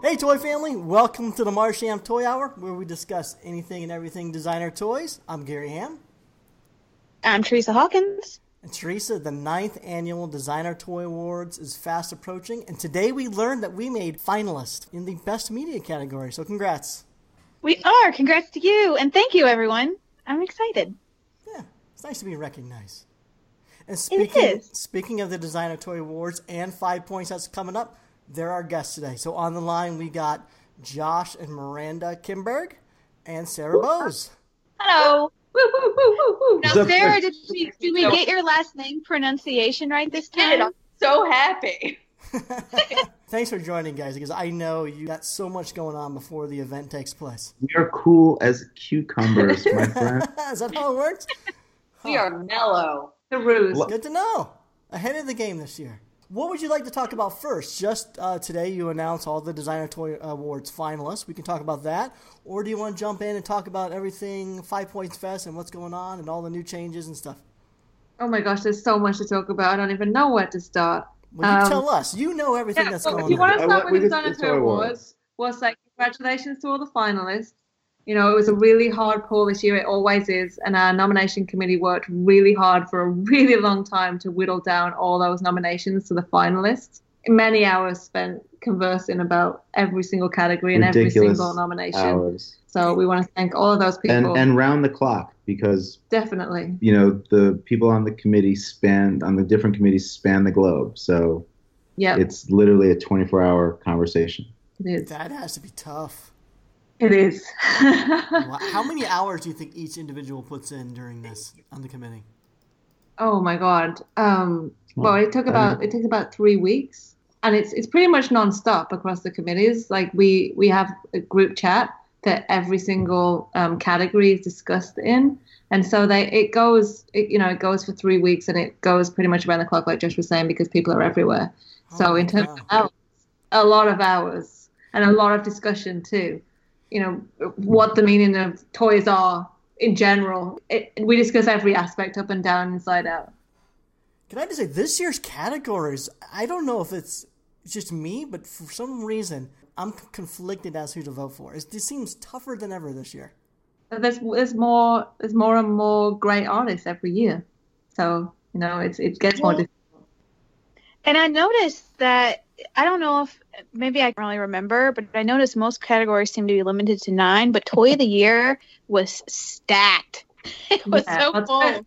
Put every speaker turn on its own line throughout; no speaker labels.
Hey, toy family, welcome to the Marsham Toy Hour, where we discuss anything and everything designer toys. I'm Gary Ham.
I'm Teresa Hawkins.
And Teresa, the ninth annual Designer Toy Awards is fast approaching, and today we learned that we made finalists in the Best Media category. So, congrats.
We are. Congrats to you, and thank you, everyone. I'm excited.
Yeah, it's nice to be recognized. And speaking
is.
speaking of the Designer Toy Awards and Five Points that's coming up, they're our guests today. So on the line we got Josh and Miranda Kimberg and Sarah Bowes.
Hello.
Woo, woo, woo, woo, woo.
Now,
The-
Sarah, did we, did we get your last name pronunciation right this
Did it.
time?
I'm so happy.
Thanks for joining, guys, because I know you got so much going on before the event takes place.
We are cool as cucumbers, my friend.
Is that how it works?
We are mellow. The ruse.
Lo-
Good to know. Ahead of the game this year. What would you like to talk about first? Just uh, today, you announced all the Designer Toy Awards finalists. We can talk about that. Or do you want to jump in and talk about everything Five Points Fest and what's going on and all the new changes and stuff?
Oh my gosh, there's so much to talk about. I don't even know where to start.
Well, you
Um,
tell us. You know everything that's
well,
going
if you
on.
want to
I
start
wa-
with the
we just-
Sonic
it's our award.
Awards, we'll say congratulations to all the finalists. You know, it was a really hard pull this year. It always is. And our nomination committee worked really hard for a really long time to whittle down all those nominations to the finalists. Many hours spent conversing about every single category and every
Ridiculous
single nomination.
Hours.
So we want to thank all of those
And
people.
and round the clock because
Definitely.
you know the people on the committee span on the different committees span the globe. So
Yep,
it's literally a 24-hour conversation.
it is.
That has to be tough.
It is.
Wow. How many hours do you think each individual puts in during this on the committee?
Oh my god. Um, well, it took
I
about it took about three weeks, and it's it's pretty much nonstop across the committees. Like we we have a group chat that every single um, category is discussed in, and so they it goes it, you know it goes for three weeks, and it goes pretty much around the clock, like Josh was saying, because people are everywhere.
Oh,
so in terms of
wow.
hours, a lot of hours and a lot of discussion too. You know what the meaning of toys are in general. It, we discuss every aspect up and down, inside out.
Can I just say this year's categories? I don't know if it's just me, but for some reason I'm c- conflicted as who to vote for. It's, this seems tougher than ever this year.
there's there's more there's more and more great artists every year, so you know it's it gets more difficult.
And I noticed that I don't know if maybe I can really remember, but I noticed most categories seem to be limited to nine. But Toy of the Year was stacked. It was
Yeah,
so
that's
full.
it.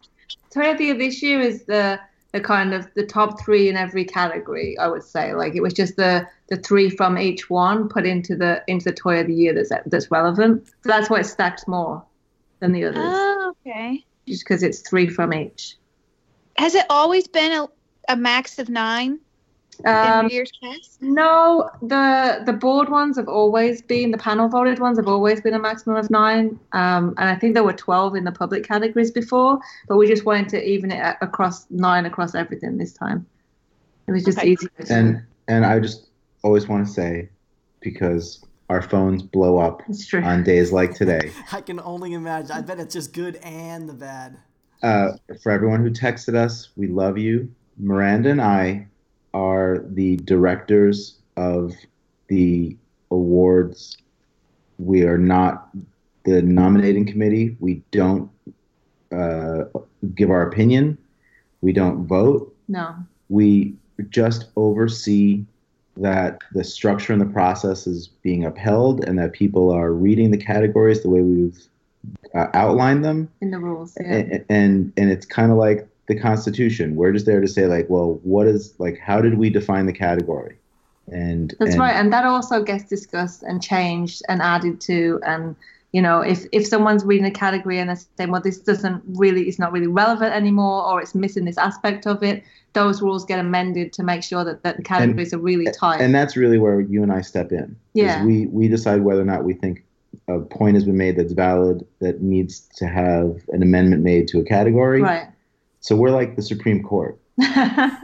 Toy of the Year this year is the the kind of the top three in every category. I would say like it was just the the three from each one put into the into the Toy of the Year that's that's relevant. So that's why it stacks more than the others,
Oh, okay.
just because it's three from each.
Has it always been a, a max of nine in
Um,
New Year's cast?
No, the the board ones have always been the panel voted ones have always been a maximum of nine, um, and I think there were twelve in the public categories before, but we just wanted to even it a- across nine across everything this time. It was just
Okay.
easy.
And and I just always want to say because our phones blow up
it's true.
on days like today.
I can only imagine. I bet it's just good and the bad.
uh, for everyone who texted us, we love you. Miranda and I are the directors of the awards. We are not the nominating committee. We don't uh, give our opinion. We don't vote.
No,
We just oversee that the structure and the process is being upheld and that people are reading the categories the way we've uh, outlined them
in the rules. Yeah.
and and and it's kind of like the constitution we're just there to say like well what is like how did we define the category and
That's
and-
right, and that also gets discussed and changed and added to. And you know, if if someone's reading a category and they're saying, "Well, this doesn't really, it's not really relevant anymore," or it's missing this aspect of it, those rules get amended to make sure that, that the categories are really tight.
and that's really where you and i step in is
Yeah.
we we decide whether or not we think a point has been made that's valid that needs to have an amendment made to a category
right.
so we're like the supreme court right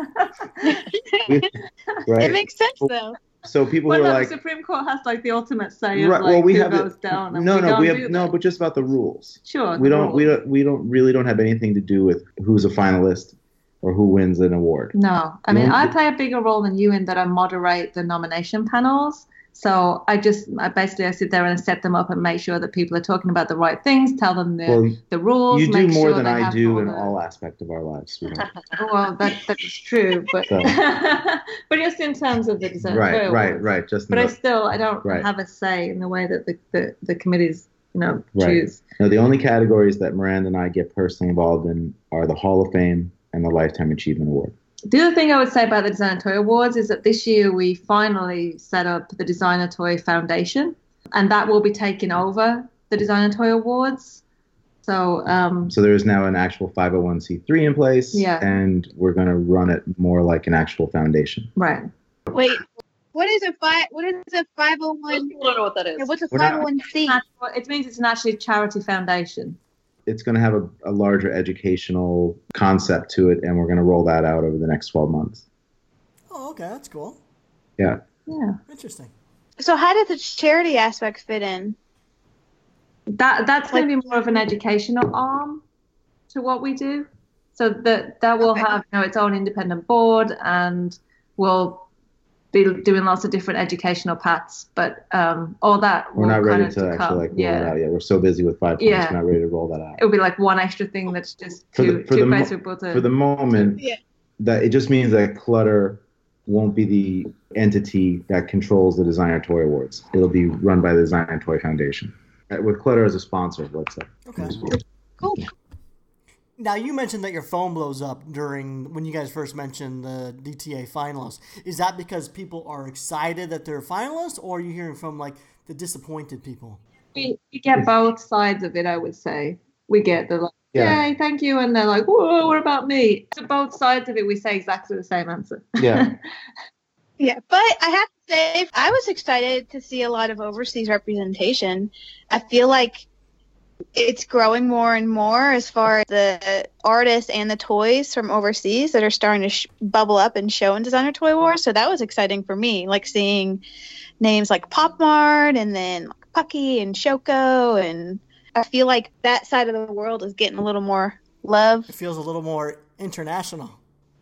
It makes sense though.
so people
well,
who
no,
are like
the Supreme Court has like the ultimate say. Of,
right,
like,
well we
who
have
goes
it-
down. and
no
we
no
don't
we have
do
no
that.
but just about the rules
sure.
we
the
don't we
rules.
don't we don't really don't have anything to do with who's a finalist or who wins an award.
No, I
We
mean
don't
I
do-
play a bigger role than you in that I moderate the nomination panels, So I just I basically I sit there and I set them up and make sure that people are talking about the right things, tell them the,
Well,
the rules.
you do
make
more
sure
than
they
I
have
do in
the-
all aspect of our lives. sweetheart.
Well, that that's true, but
So-
but just in terms of the design.
right, right, right. Just
But
no.
I still I don't
Right.
have a say in the way that the the, the committees you know
Right.
choose.
no, the only categories that Miranda and I get personally involved in are the Hall of Fame and the Lifetime Achievement Award.
The other thing I would say about the Designer Toy Awards is that this year we finally set up the Designer Toy Foundation, and that will be taking over the Designer Toy Awards. So um,
So there is now an actual 501c3 in place,
Yeah.
and we're going to run it more like an actual foundation.
right,
Wait, what is a five? What is a five hundred one?
I don't know what that is.
What's a
We're not-
five hundred one c?
Well, it means it's an actually charity foundation.
It's going to have a, a larger educational concept to it, and we're going to roll that out over the next 12 months.
Oh, okay, that's cool.
Yeah.
Yeah,
Interesting.
So how does the charity aspect fit in?
that that's going to be more of an educational arm to what we do. So that that will
Okay.
have you know its own independent board, and will be doing lots of different educational paths. But um, all that
We're
will
not
kind
ready
of
to
come.
actually like roll
yeah.
it out yet. We're so busy with five points,
Yeah.
we're not ready to roll that out.
it would be like one extra thing that's just
For
too
the- for
too
the mo-
miserable to.
For the moment,
Yeah.
that it just means that Clutter won't be the entity that controls the Designer Toy Awards. It'll be run by the Designer Toy Foundation. Uh, With Clutter as a sponsor, let's say.
Okay.
Cool.
Now you mentioned that your phone blows up during when you guys first mentioned the DTA finalists. Is that because people are excited that they're finalists, or are you hearing from like the disappointed people?
we, we get both sides of it, I would say. We get the like,
Yeah.
yay, thank you, and they're like, whoa, what about me? To both sides of it, we say exactly the same answer.
Yeah.
Yeah, but I have to say, I was excited to see a lot of overseas representation. I feel like it's growing more and more as far as the artists and the toys from overseas that are starting to sh- bubble up and show in Designer Toy Wars. So that was exciting for me, like seeing names like Pop Mart and then Pucky and Shoko. And I feel like that side of the world is getting a little more love.
It feels a little more international.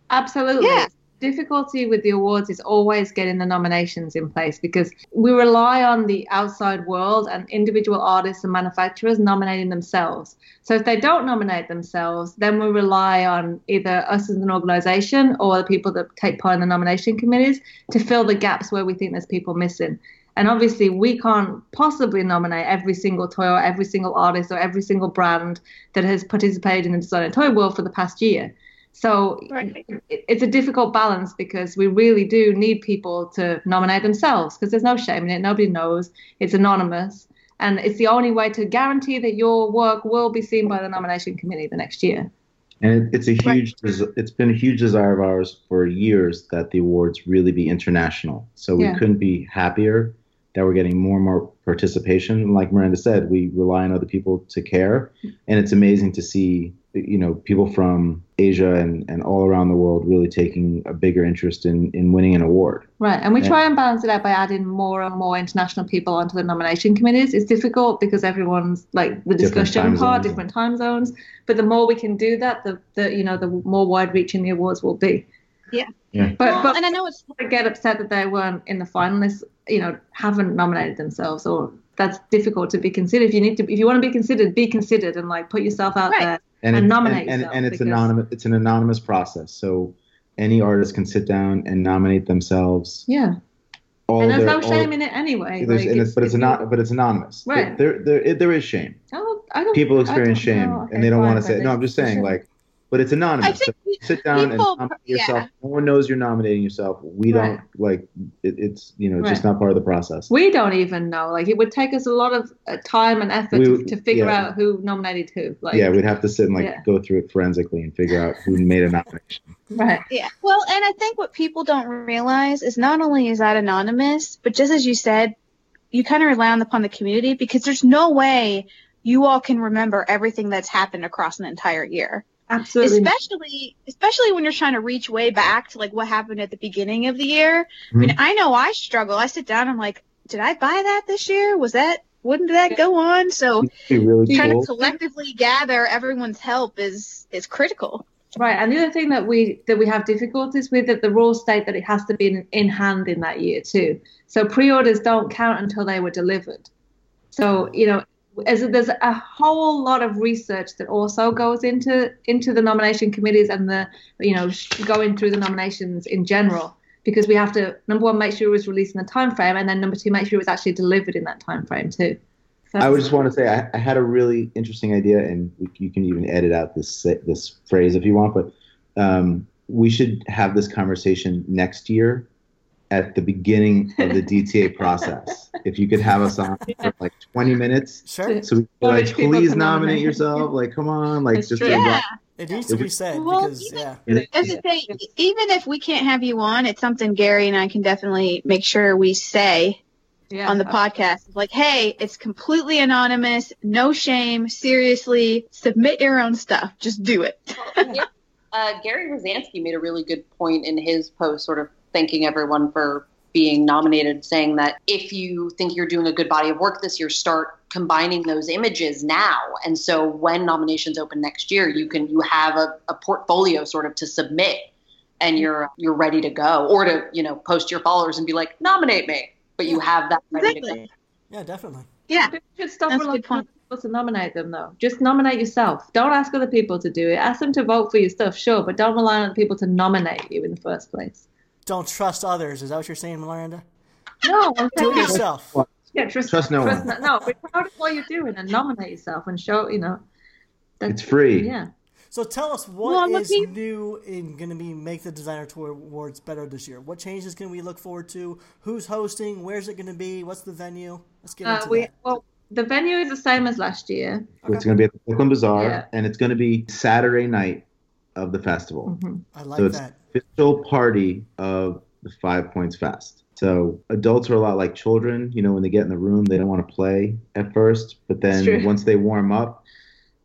Absolutely.
Yeah.
Difficulty with the awards is always getting the nominations in place because we rely on the outside world and individual artists and manufacturers nominating themselves. So if they don't nominate themselves, then we rely on either us as an organization or the people that take part in the nomination committees to fill the gaps where we think there's people missing. And obviously, we can't possibly nominate every single toy or every single artist or every single brand that has participated in the Design and Toy World for the past year. So
Right.
it- it's a difficult balance because we really do need people to nominate themselves because there's no shame in it. Nobody knows. It's anonymous. And it's the only way to guarantee that your work will be seen by the nomination committee the next year.
And it, it's a
Right.
huge, des- it's been a huge desire of ours for years that the awards really be international. So we
Yeah.
couldn't be happier that we're getting more and more participation. And like Miranda said, we rely on other people to care, and it's amazing to see, you know, people from Asia and, and all around the world really taking a bigger interest in in winning an award.
Right. And we
Yeah.
try and balance it out by adding more and more international people onto the nomination committees. It's difficult because everyone's like the
Different
discussion
time
part,
zones.
different time zones. But the more we can do that, the, the you know, the more wide reaching the awards will be.
Yeah.
Yeah.
But, but
and I know it's
I get upset that they weren't in the finalists, you know, haven't nominated themselves, or that's difficult to be considered. If you need to, if you want to be considered, be considered and like put yourself out
Right.
there.
and,
and
it-
nominate
and, and,
yourself
and it's
because-
anonymous it's an anonymous process so any artist can sit down and nominate themselves
Yeah,
all
and there's
their-
no
all-
shame in it anyway.
there's-
like,
and it's, but it's
if you-
not but it's anonymous There-
Right.
there there, it, there is shame
I don't- I don't-
people
I
experience
don't
shame
know.
and they don't
Okay,
want to
fine,
say
but
no i'm just saying
shouldn't-
like but it's anonymous
I think
so sit down
people-
and nominate
yeah.
yourself no one knows you're nominating yourself we
Right.
don't like it, it's you know it's just
Right.
not part of the process
we don't even know. Like it would take us a lot of uh, time and effort
We
to,
would-
to figure
yeah.
out who nominated who. Like
yeah we'd have to sit and like
Yeah.
go through it forensically and figure out who made a nomination
right.
Yeah. Well, and I think what people don't realize is not only is that anonymous, but just as you said, you kind of rely on- upon the community because there's no way you all can remember everything that's happened across an entire year.
Absolutely.
Especially especially when you're trying to reach way back to like what happened at the beginning of the year. I mean,
Mhm.
I know I struggle. I sit down, I'm like, did I buy that this year? Was that wouldn't that go on? So
It'd be really
trying
cool
to collectively gather everyone's help is is critical.
Right, and the other thing that we that we have difficulties with that the rules state that it has to be in, in hand in that year too. So pre-orders don't count until they were delivered. So you know, as there's a whole lot of research that also goes into into the nomination committees and the you know going through the nominations in general because we have to number one make sure it was released in the time frame and then number two make sure it was actually delivered in that time frame too. So
I would just want to say I, I had a really interesting idea, and we- you can even edit out this se- this phrase if you want. But um, we should have this conversation next year at the beginning of the DTA process. If you could have us on for like 20 minutes,
Sure.
so we could,
Well,
like
which people
please
can
nominate
nominate.
yourself. Like, come on, like
That's
just
true.
like,
Yeah.
It needs to be said
Well,
because
even-
yeah,
That's the thing. Even if we can't have you on, it's something Gary and I can definitely make sure we say
yeah,
on the podcast. Like, hey, it's completely anonymous, no shame. Seriously, submit your own stuff. Just do it.
yeah. uh, Gary Rosansky made a really good point in his post, sort of thanking everyone for being nominated, saying that if you think you're doing a good body of work this year, start combining those images now. And so when nominations open next year, you can you have a, a portfolio sort of to submit and you're you're ready to go. Or to, you know, post your followers and be like, nominate me. But you have that ready to go.
Exactly.
yeah, definitely.
Yeah.
Just stop
That's a
relying
good
on
point.
people to nominate them, though. Just nominate yourself. Don't ask other people to do it. Ask them to vote for your stuff, sure, but don't rely on people to nominate you in the first place.
Don't trust others. Is that what you're saying, Miranda?
No, I'm
Do
saying-
it yourself.
yeah, trust,
Trust no one.
no, no, be proud of what you're doing and nominate yourself and show, you know. That,
it's free.
Yeah.
So tell us
Well,
what
look,
is
he-
new and going to be make the designer tour awards better this year. What changes can we look forward to? Who's hosting? Where's it going to be? What's the venue? Let's get
Uh,
into
we,
that.
well, the venue is the same as last year.
It's going to be at the Brooklyn Bazaar,
Yeah.
and it's going to be Saturday night of the festival.
Mm-hmm.
Mhm.
I like
so it's-
that.
official party of the Five Points Fest. So adults are a lot like children. You know, when they get in the room, they don't want to play at first, but
That's
then
true.
once they warm up,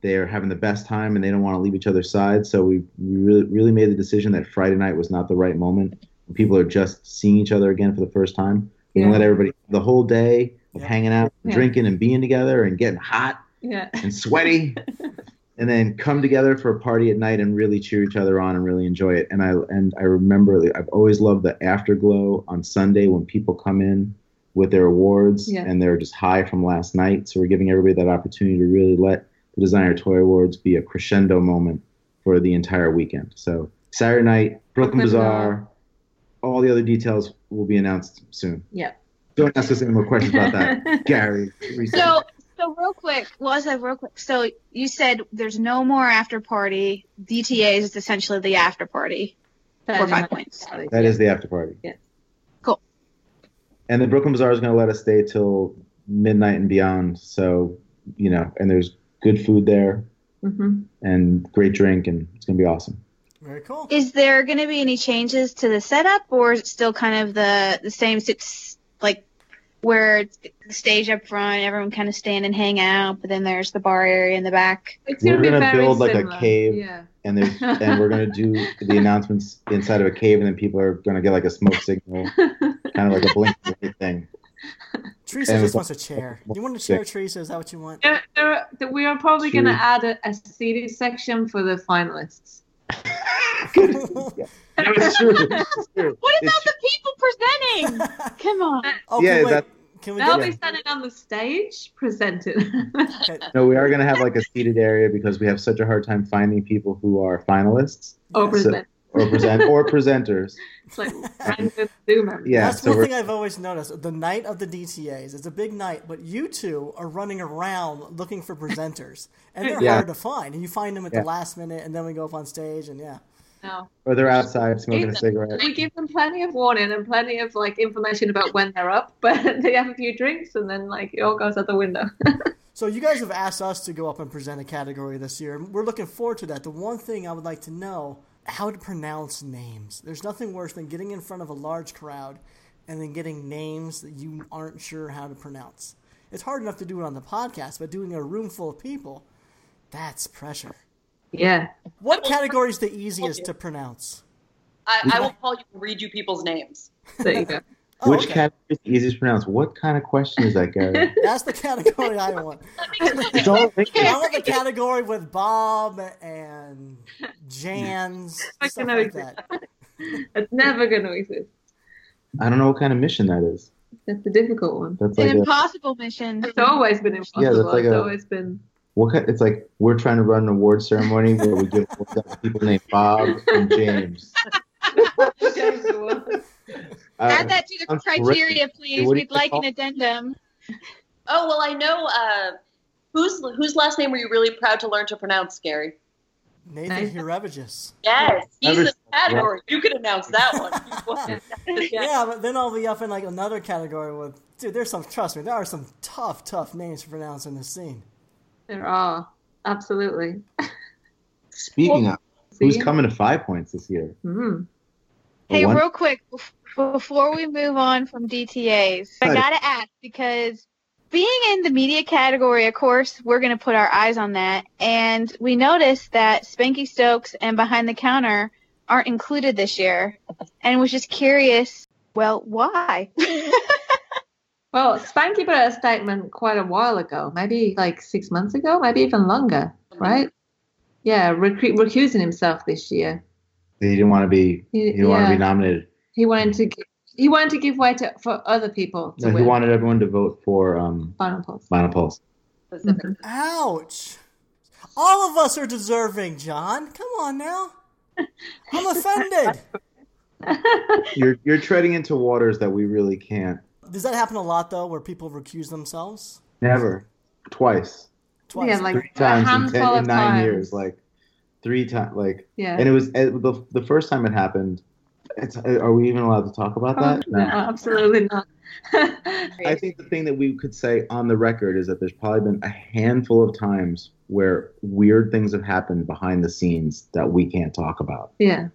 they're having the best time and they don't want to leave each other's side. So we we really, really made the decision that Friday night was not the right moment. People are just seeing each other again for the first time. We can
Yeah.
let everybody the whole day of
Yeah.
hanging out,
Yeah.
drinking, and being together and getting hot
Yeah.
and sweaty and then come together for a party at night and really cheer each other on and really enjoy it and i and i remember i've always loved the afterglow on sunday when people come in with their awards
Yeah.
and they're just high from last night so we're giving everybody that opportunity to really let the designer toy awards be a crescendo moment for the entire weekend so saturday night brooklyn
Brooklyn
bazaar all the other details will be announced soon
Yeah.
don't ask us any more questions about that gary research.
So, so real quick, was I real quick? So you said there's no more after party. DTA is essentially the after party. Four five points.
That is the after party.
Yeah.
Cool.
And the Brooklyn Bazaar is going to let us stay till midnight and beyond. So, you know, and there's good food there
hmm
and great drink, and it's going to be awesome.
Very cool.
Is there going to be any changes to the setup, or is it still kind of the the same? It's like where it's the stage up front, everyone kind of stand and hang out, but then there's the bar area in the back.
It's
We're
gonna be
gonna
very
build, like, a
similar.
cave.
Yeah.
And there's and we're going to do the announcements inside of a cave, and then people are going to get like a smoke signal, kind of like a blink thing.
Teresa
and-
just wants a chair. You want a chair, Teresa? Is that what you want?
There, there, are- that we are probably going to
True.
add a, a seated section for the finalists.
No, it's true. It's true.
What about
It's
the people presenting? Come on.
okay,
Yeah,
wait.
that-
Oh, Can we
They'll
get
be standing on the stage presenting.
okay.
No, we are going to have like a seated area because we have such a hard time finding people who are finalists
or present.
or present or presenters.
It's like random Zoom members.
Yeah,
That's
so
one
we're-
thing I've always noticed. The night of the DTAs, it's a big night, but you two are running around looking for presenters, and they're
Yeah.
hard to find. And you find them at
Yeah.
the last minute, and then we go up on stage, and yeah,
No.
or they're outside smoking a
Jesus.
cigarette.
We give them plenty of warning and plenty of like information about when they're up, but they have a few drinks and then like it all goes out the window.
So you guys have asked us to go up and present a category this year. and We're looking forward to that. The one thing I would like to know how to pronounce names. There's nothing worse than getting in front of a large crowd and then getting names that you aren't sure how to pronounce. It's hard enough to do it on the podcast, but doing a room full of people, that's pressure.
Yeah.
What category is the easiest to pronounce?
I, I will call you and read you people's names.
There you go.
Oh,
Which
okay.
category is the easiest to pronounce? What kind of question is that, Gary?
That's the category I want.
it's all linked.
I want the category with Bob and Jan's
I
stuff
know
like that.
It's never going to exist.
I don't know what kind of mission that is.
That's the difficult one.
That's
an
like a,
impossible mission.
It's always been impossible.
Yeah, that's like
it's
a-
always been.
what kind, it's like we're trying to run an award ceremony where we give awards out to people named Bob and James.
James Ward.
Uh,
Add that to the
sounds
criteria, please.
What do you
We'd like an
call-
addendum.
Oh well, I know. Uh, whose whose last name were you really proud to learn to pronounce, Gary?
Nathan
Nice.
Hurevages.
Yes, he's
Never-
in the category. You could announce that one.
Yeah.
Yeah, but then I'll be up in like another category with dude. There's some trust me. There are some tough, tough names to pronounce in this scene.
There are. Absolutely.
Speaking of, who's
See?
coming to five points this year?
Mm.
Hey,
One-
real quick, bef- before we move on from DTAs, I
Right.
gotta ask because being in the media category, of course, we're gonna put our eyes on that, and we noticed that Spanky Stokes and Behind the Counter aren't included this year, and was just curious. Well, why?
Well, Spanky put out a statement quite a while ago, maybe like six months ago, maybe even longer, right? Yeah, recu- recusing himself this year.
He didn't want to be. He
He-
didn't want to
yeah.
be nominated.
He wanted to give, he wanted to give way to for other people to
No, he
win
wanted everyone to vote for um,
final polls.
Final Pulse.
Specific.
Ouch! All of us are deserving, John. Come on now. I'm offended.
You're you're treading into waters that we really can't.
Does that happen a lot though, where people recuse themselves
Never, twice,
twice?
Yeah, like
three
a
times in,
handful
ten, in
of
nine
times.
years, like three times, like.
Yeah.
And it was it, the the first time it happened. It's, are we even allowed to talk about that?
Oh, no, absolutely not.
I think the thing that we could say on the record is that there's probably been a handful of times where weird things have happened behind the scenes that we can't talk about.
yeah.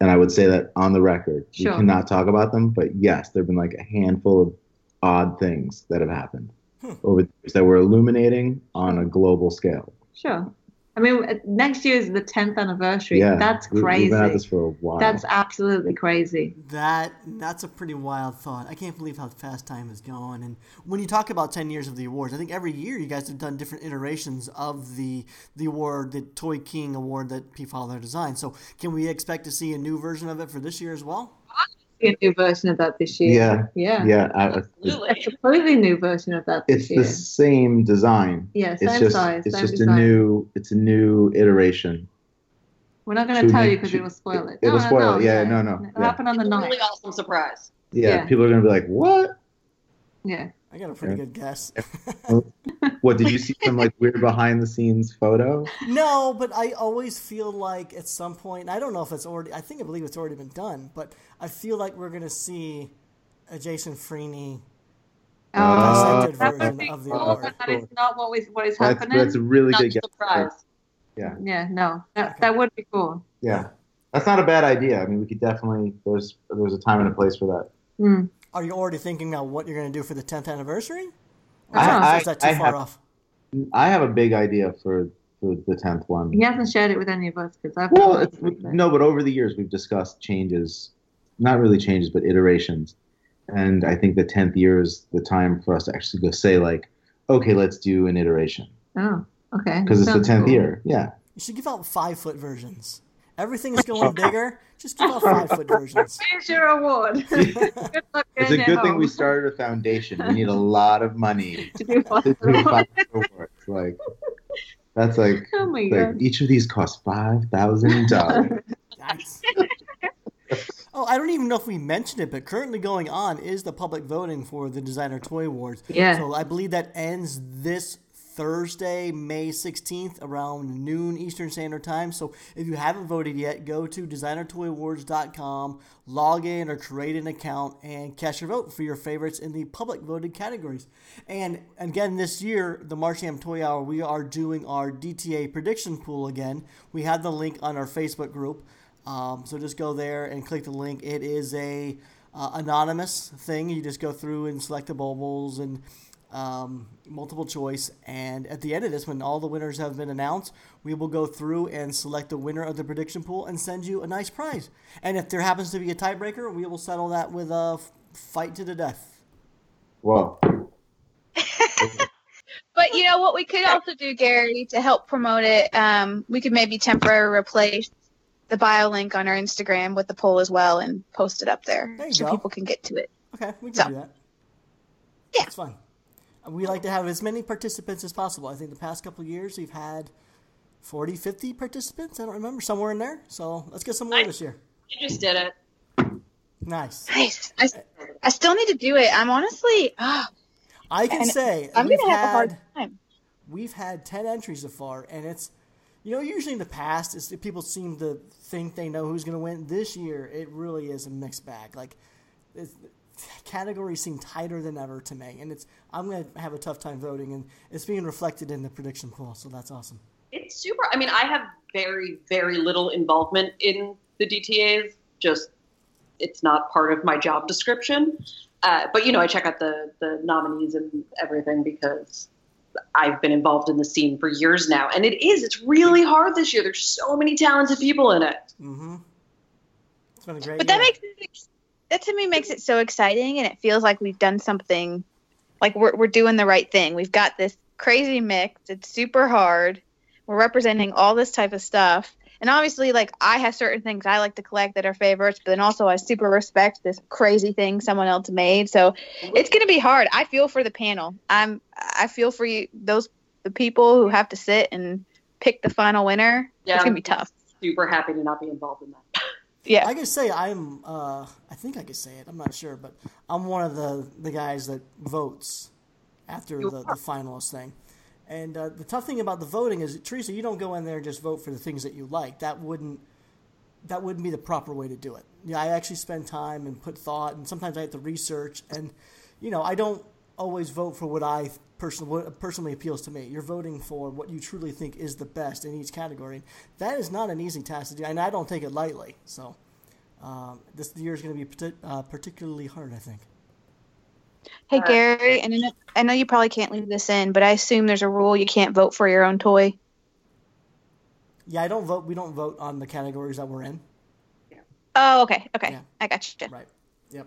And I would say that on the record,
Sure.
we cannot talk about them. But yes, there have been like a handful of odd things that have happened
Hmm.
over the years that were illuminating on a global scale.
Sure. I mean, uh, next year is the 10th anniversary.
Yeah,
That's
we- We've been at this
crazy.
for a while.
That's absolutely crazy.
That that's a pretty wild thought. I can't believe how fast time has gone. And when you talk about ten years of the awards, I think every year you guys have done different iterations of the the award, the Toy King award that P Fowler designed. So can we expect to see a new version of it for this year as well?
A new version of that this year.
yeah,
Yeah.
yeah. I, it's
A
Absolutely.
completely new version of that this
it's
year.
the same design.
yeah,
It's
same
just
size,
it's
same
just
design.
a new it's a new iteration.
We're not going
Should
to tell
we-
you because
should-
it will spoil it.
it'll
no,
spoil
no,
it. Yeah,
no,
no, no.
It'll
Yeah.
happen on the
It's a
night.
really awesome surprise.
Yeah,
Yeah.
people are gonna be like, "What?
Yeah.
I got a pretty
Yeah.
good guess.
What did you see some like weird behind the scenes photo?"
no, but I always feel like at some point, and I don't know if it's already, I think I believe it's already been done, but I feel like we're going to see a Jason Freeney
Oh,
Uh,
Dissected
that would
version
be
of the
cool,
award.
but that is not what is what is
That's
happening.
that's a really
Not
good
a
guess.
surprise.
yeah, no, that, that would be cool.
Yeah, that's not a bad idea. I mean, we could definitely there's there's a time and a place for that.
Mm.
Are you already thinking about what you're going to do for the 10th anniversary? Or
I-
is that-
I-
is that too
I
far
have-
off?
I have a big idea for, for the tenth one.
He hasn't shared it with any of us because I've
Well, it's, no, but over the years we've discussed changes, not really changes, but iterations, and I think the tenth year is the time for us to actually go say like, okay, let's do an iteration
Oh, okay.
because it's the
Sounds
tenth
cool.
year. Yeah,
You should give out five foot versions. Everything is going bigger. Just give out five foot versions.
Here's your award. Good luck
it's a
getting
good
it
thing we
home.
started a foundation. We need a lot of money
to do
to
possible.
do five awards. Like, that's like.
oh my
Like
god.
each of these costs five thousand dollars.
Nice. Oh, I don't even know if we mentioned it, but currently going on is the public voting for the Designer Toy Awards.
Yeah.
So I believe that ends this Thursday, May 16th, around noon Eastern Standard Time. So if you haven't voted yet, go to designertoyawards.com, log in or create an account, and cast your vote for your favorites in the public voted categories. And again, this year, the Marcham Toy Hour, we are doing our DTA prediction pool again. We have the link on our Facebook group. Um, so just go there and click the link. It is a uh, anonymous thing. You just go through and select the bubbles and um, multiple choice. And at the end of this, when all the winners have been announced, we will go through and select the winner of the prediction pool and send you a nice prize. And if there happens to be a tiebreaker, we will settle that with a f- Fight to the death.
Whoa.
But you know what we could also do, Gary, to help promote it, um, we could maybe temporarily replace the bio link on our Instagram with the poll as well and post it up there,
There you
so
go.
people can get to it.
Okay, we can
So-
do that.
Yeah.
It's fun. We like to have as many participants as possible. I think the past couple of years we've had 40, 50 participants. I don't remember, somewhere in there. So let's get some more
I-
this year.
You just did it.
Nice.
Nice. I, I still need to do it. I'm honestly, ah,
I can
And
say
I'm
we've
gonna have a hard
had-
time.
we've had 10 entries so far and it's you know usually in the past it's, people seem to think they know who's going to win this year it really is a mixed bag like it's, categories seem tighter than ever to me and it's i'm going to have a tough time voting and it's being reflected in the prediction pool so that's awesome
It's super. I mean, I have very, very little involvement in the DTAs. Just it's not part of my job description. Uh, but you know, I check out the the nominees and everything because I've been involved in the scene for years now, and it is. It's really hard this year. There's so many talented people in it.
mm-hmm it's been a great
But that
year.
makes it, ex- that to me makes it so exciting, and it feels like we've done something, like we're we're doing the right thing. We've got this crazy mix. It's super hard. We're representing all this type of stuff, and obviously, like I have certain things I like to collect that are favorites, but then also I super respect this crazy thing someone else made. So it's gonna be hard. I feel for the panel. I'm I feel for you those the people who have to sit and pick the final winner.
Yeah.
It's gonna be tough.
Super happy to not be involved in that.
Yeah.
I can say I'm. Uh, I think I could say it. I'm not sure, but I'm one of the the guys that votes after the, the finalist thing. And uh, the tough thing about the voting is, Teresa, you don't go in there and just vote for the things that you like. That wouldn't that wouldn't be the proper way to do it. Yeah, I actually spend time and put thought, and sometimes I have to research. And you know, I don't always vote for what I personally what personally appeals to me. You're voting for what you truly think is the best in each category. That is not an easy task to do, and I don't take it lightly. So um, this year is going to be partic- uh, particularly hard, I think.
Hey
Uh,
Gary, and I know, I know you probably can't leave this in, but I assume there's a rule you can't vote for your own toy.
Yeah, I don't vote. We don't vote on the categories that we're in.
Oh, okay, okay,
Yeah.
I got you.
Right. Yep.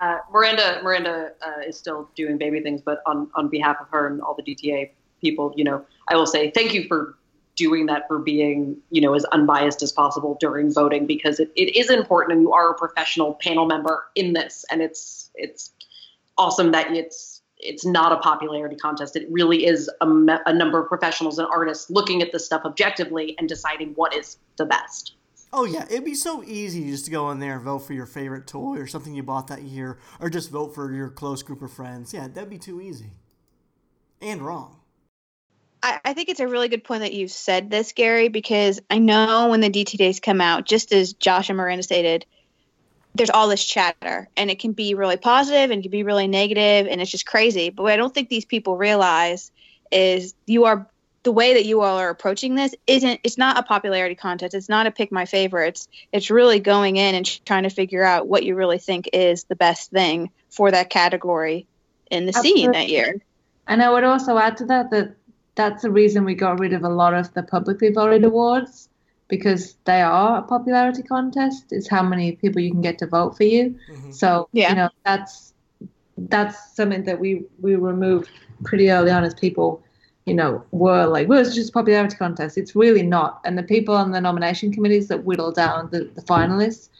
Uh, Miranda Miranda uh, is still doing baby things, but on on behalf of her and all the DTA people, you know, I will say thank you for doing that for being you know as unbiased as possible during voting because it, it is important and you are a professional panel member in this and it's it's awesome that it's it's not a popularity contest it really is a, me- a number of professionals and artists looking at this stuff objectively and deciding what is the best
Oh yeah, it'd be so easy just to go in there and vote for your favorite toy or something you bought that year, or just vote for your close group of friends. Yeah, that'd be too easy. And wrong.
I, I think it's a really good point that you said this, Gary, because I know when the DT days come out, just as Josh and Miranda stated, there's all this chatter, and it can be really positive and it can be really negative, and it's just crazy. But what I don't think these people realize is you are the way that you all are approaching this isn't it's not a popularity contest it's not a pick my favorites it's really going in and trying to figure out what you really think is the best thing for that category in the scene that
Absolutely.
year
And I would also add to that that that's the reason we got rid of a lot of the publicly voted awards because they are a popularity contest. Is how many people you can get to vote for you.
Mm-hmm.
Mhm.
So
Yeah.
you know that's that's something that we we removed pretty early on as people you know were like well it's just a popularity contest it's really not and the people on the nomination committees that whittle down the, the finalists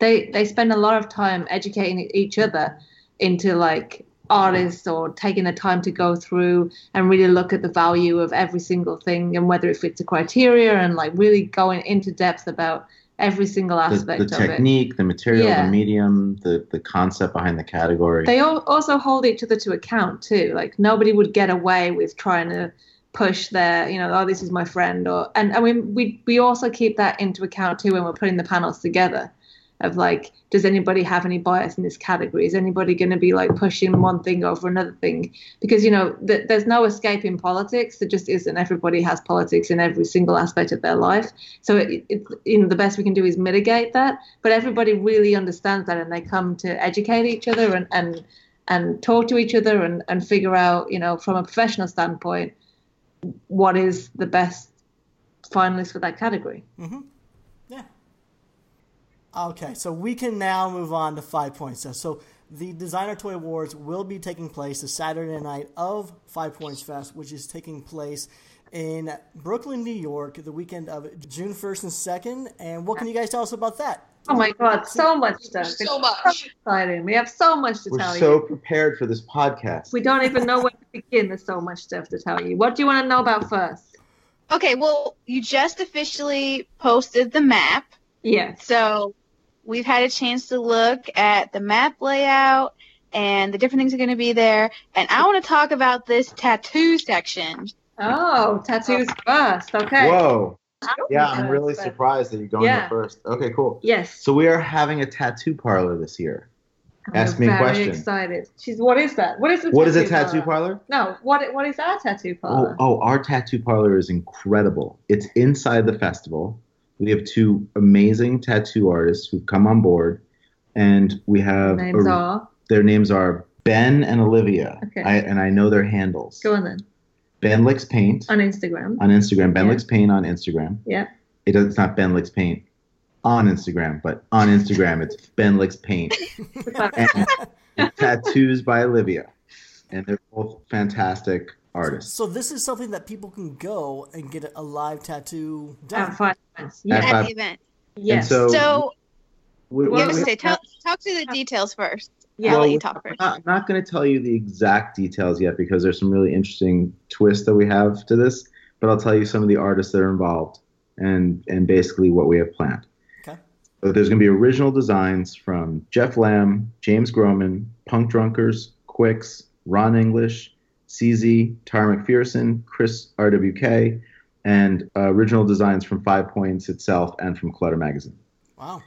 they they spend a lot of time educating each other into like artists or taking the time to go through and really look at the value of every single thing and whether it fits the criteria and like really going into depth about every single
The,
aspect
the
of it
technique, the material,
Yeah.
the medium, the, the concept behind the category.
they all also hold each other to account too like nobody would get away with trying to push their you know oh this is my friend or and i mean we we also keep that into account too when we're putting the panels together of like does anybody have any bias in this category is anybody going to be like pushing one thing over another thing because you know th- there's no escape in politics there just isn't everybody has politics in every single aspect of their life so it, it, you know the best we can do is mitigate that but everybody really understands that and they come to educate each other and and, and talk to each other and, and figure out you know from a professional standpoint what is the best finalist for that category
Mm-hmm. Yeah. Okay, so we can now move on to five points. So The Designer Toy Awards will be taking place the Saturday night of Five Points Fest, which is taking place in Brooklyn, New York, the weekend of June 1st and 2nd. And what can you guys tell us about that?
Oh my God, so much stuff. It's
So much.
exciting. We have so much to
We're
tell
so
you.
prepared for this podcast.
We don't even know where to begin. There's so much stuff to tell you. What do you want to know about first?
Okay, well, you just officially posted the map.
Yes.
So we've had a chance to look at the map layout and the different things are going to be there. And I want to talk about this tattoo section.
Oh, tattoos first. Okay.
Whoa. Yeah, I'm
Tattoos
really
first.
surprised that you're going
Yeah.
there first. Okay, cool.
Yes.
So we are having a tattoo parlor this year. Ask
I'm
me a
very
question.
excited. She's. What is that? What is the?
What is a tattoo parlor?
No. What? What is our tattoo
Oh,
parlor?
oh, our tattoo parlor is incredible. It's inside the festival. We have two amazing tattoo artists who've come on board, and we have
Names
a-
are.
their names are Ben and Olivia.
Okay.
I, and I know their handles.
Go on then.
Ben licks paint
On Instagram.
on Instagram. Ben
Yeah.
licks paint on Instagram.
Yeah.
It does, it's not Ben licks paint on Instagram, but on Instagram it's Ben licks paint and tattoos by Olivia, and they're both fantastic artists.
So this is something that people can go and get a live tattoo done.
At five points. Yes.
At
At
five-
the event.
yes.
so-
So,
We-
Well,
you
we-
say, tell, talk to the details first.
yeah.
I'll
well,
let you talk first.
Uh, I'm not, going to tell you the exact details yet because there's some really interesting twists that we have to this, but I'll tell you some of the artists that are involved and and basically what we have planned.
Okay.
So there's going to be original designs from Jeff Lamb, James Groman, Punk Drunkers, Quicks, Ron English, CZ, Tar McPherson, Chris RWK, and uh, original designs from Five Points itself and from Clutter Magazine.
Wow.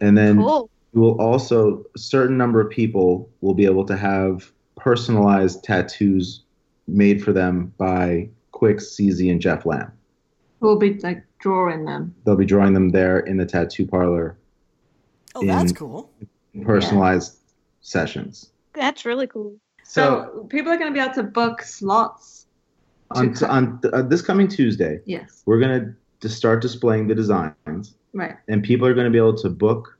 And then
Cool.
you will also a certain number of people will be able to have personalized tattoos made for them by Quicks, CZ, and Jeff Lamb.
We'll be like drawing them.
They'll be drawing them there in the tattoo parlor,
Oh, that's
In-
cool.
in personalized sessions.
That's really cool.
So,
So, people are going to be able to book slots. to
on,
co-
on uh, this coming Tuesday,
yes.
we're going to start displaying the designs,
Right.
and people are going to be able to book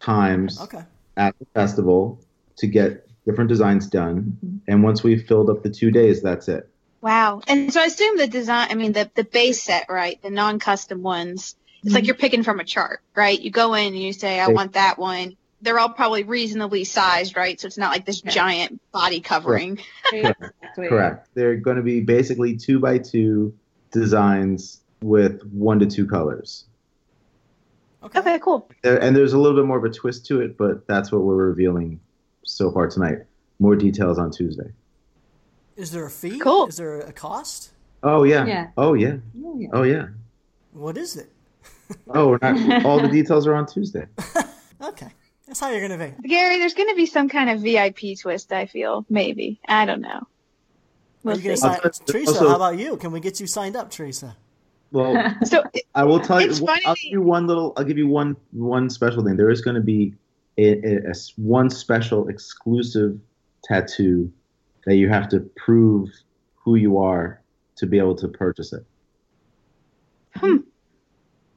times
Okay.
at the festival to get different designs done.
Mhm.
And once we've filled up the two days, that's it.
Wow. And so I assume the design, I mean, the, the base set, right? The non custom ones, it's like you're picking from a chart, right? You go in and you say, I
They-
want that one. They're all probably reasonably sized, right? So it's not like this
Yeah.
giant body covering.
Exactly.
Correct. They're going to be basically two by two designs with one to two colors.
Okay.
Okay, cool.
There, and there's a little bit more of a twist to it, but that's what we're revealing so far tonight. More details on Tuesday.
Is there a fee?
Cool.
Is there a cost?
Oh yeah.
Yeah.
Oh yeah.
Oh, yeah.
Oh yeah.
What is it?
Oh, we're not, all the details are on Tuesday.
Okay. That's how you're going to be.
Gary, there's going to be some kind of VIP twist, I feel. Maybe. I don't know.
Are
We'll
you gonna
see.
sign-
Also-
Teresa,
also-
how about you? Can we get you signed up, Teresa?
Well,
So,
I will tell you.
It's
well, I'll
funny.
give you one little. I'll give you one one special thing. There is going to be a, a- a s- one special exclusive tattoo that you have to prove who you are to be able to purchase it.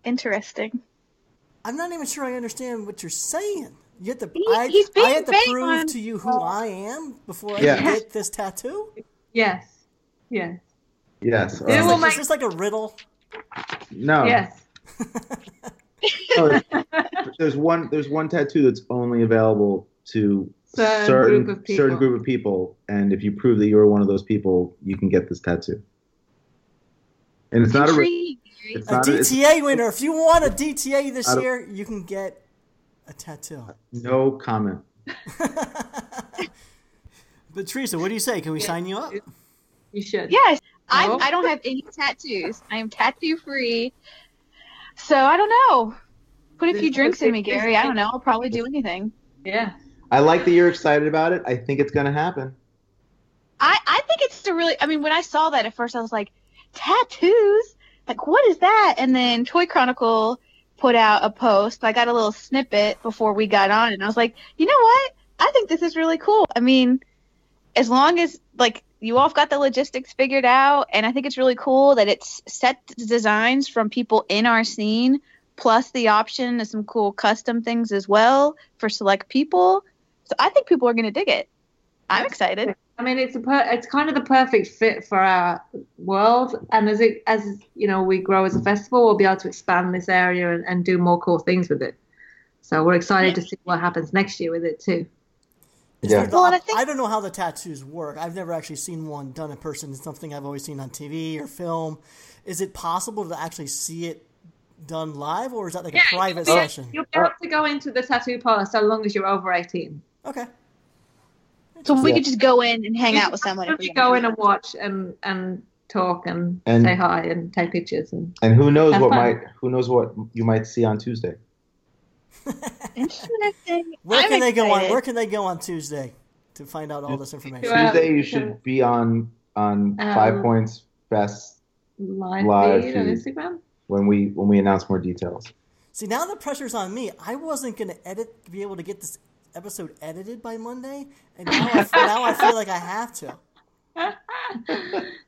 interesting.
I'm not even sure I understand what you're saying. You have to,
He-
I,
he's being
I have to
vague
prove
on-
to you who I am before I
Yeah.
can get this tattoo?
Yes. Yes.
Yes.
It
Is, this,
will
uh,
like,
make-
is this like a riddle?
no.
Yes.
no, there's one. There's one tattoo that's only available to
Certain
certain
group of
certain
people.
group of people, and if you prove that you're one of those people, you can get this tattoo. And it's not a. ri-
Intriguing, Gary.
It's
A
not. A, it's
DTA winner. If you want a DTA this
Not a-
year, you can get a tattoo.
no comment.
but Teresa, what do you say? Can we
Yeah.
sign you up?
You should.
Yes, I
No?
I don't have any tattoos. I am tattoo free. So I don't know. Put a few
This-
drinks in me,
this-
Gary. I don't know. I'll probably do anything.
Yeah.
I like that you're excited about it. I think it's going to happen.
I I think it's a really. I mean, when I saw that at first, I was like, tattoos. Like, what is that? And then Toy Chronicle put out a post. I got a little snippet before we got on, and I was like, you know what? I think this is really cool. I mean, as long as like you all have got the logistics figured out, and I think it's really cool that it's set designs from people in our scene, plus the option of some cool custom things as well for select people. So I think people are going to dig it. I'm excited.
I mean, it's a per- it's kind of the perfect fit for our world, and as it as you know, we grow as a festival, we'll be able to expand this area and, and do more cool things with it. So we're excited to see what happens next year with it too.
It's
Yeah.
weird,
Well, and
I,
I think-
don't know how the tattoos work. I've never actually seen one done in person. It's something I've always seen on TV or film. Is it possible to actually see it done live, or is that like a private
you'll be-
session?
You'll be able to go into the tattoo parlor so long as you're over 18.
Okay.
So we
Yeah.
could just go in and hang
You
out with someone. if
You
we wanna
go
do
in
that.
and watch and and talk and,
And-
say hi and take pictures and
And who knows
Have
what
fun.
might who knows what you might see on Tuesday.
Interesting.
Where
I'm
can they go on?
excited.
Where can they go on Tuesday to find out all this information?
Yeah.
Tuesday you
sure.
should be on on
Um,
Five Points Fest
live,
Live
feed on
feed.
Instagram.
when we when we announce more details.
See, now the pressure's on me. I wasn't going to edit, be able to get this episode edited by Monday, and now I, now I feel like I have to.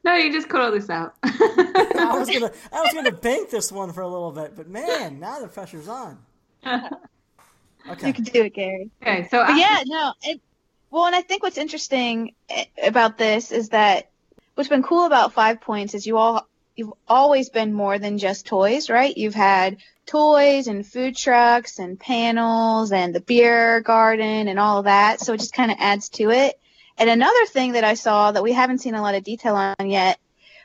no, you just cut all this out.
I
Oh.
was gonna, I was gonna bank this one for a little bit, but man, now the pressure's on.
You
Okay,
can do it, Gary.
okay, so
But yeah, no. It, well, and I think what's interesting eh, about this is that what's been cool about Five Points is you all you've always been more than just toys, right? You've had toys and food trucks and panels and the beer garden and all of that. So it just kind of adds to it. And another thing that I saw that we haven't seen a lot of detail on yet,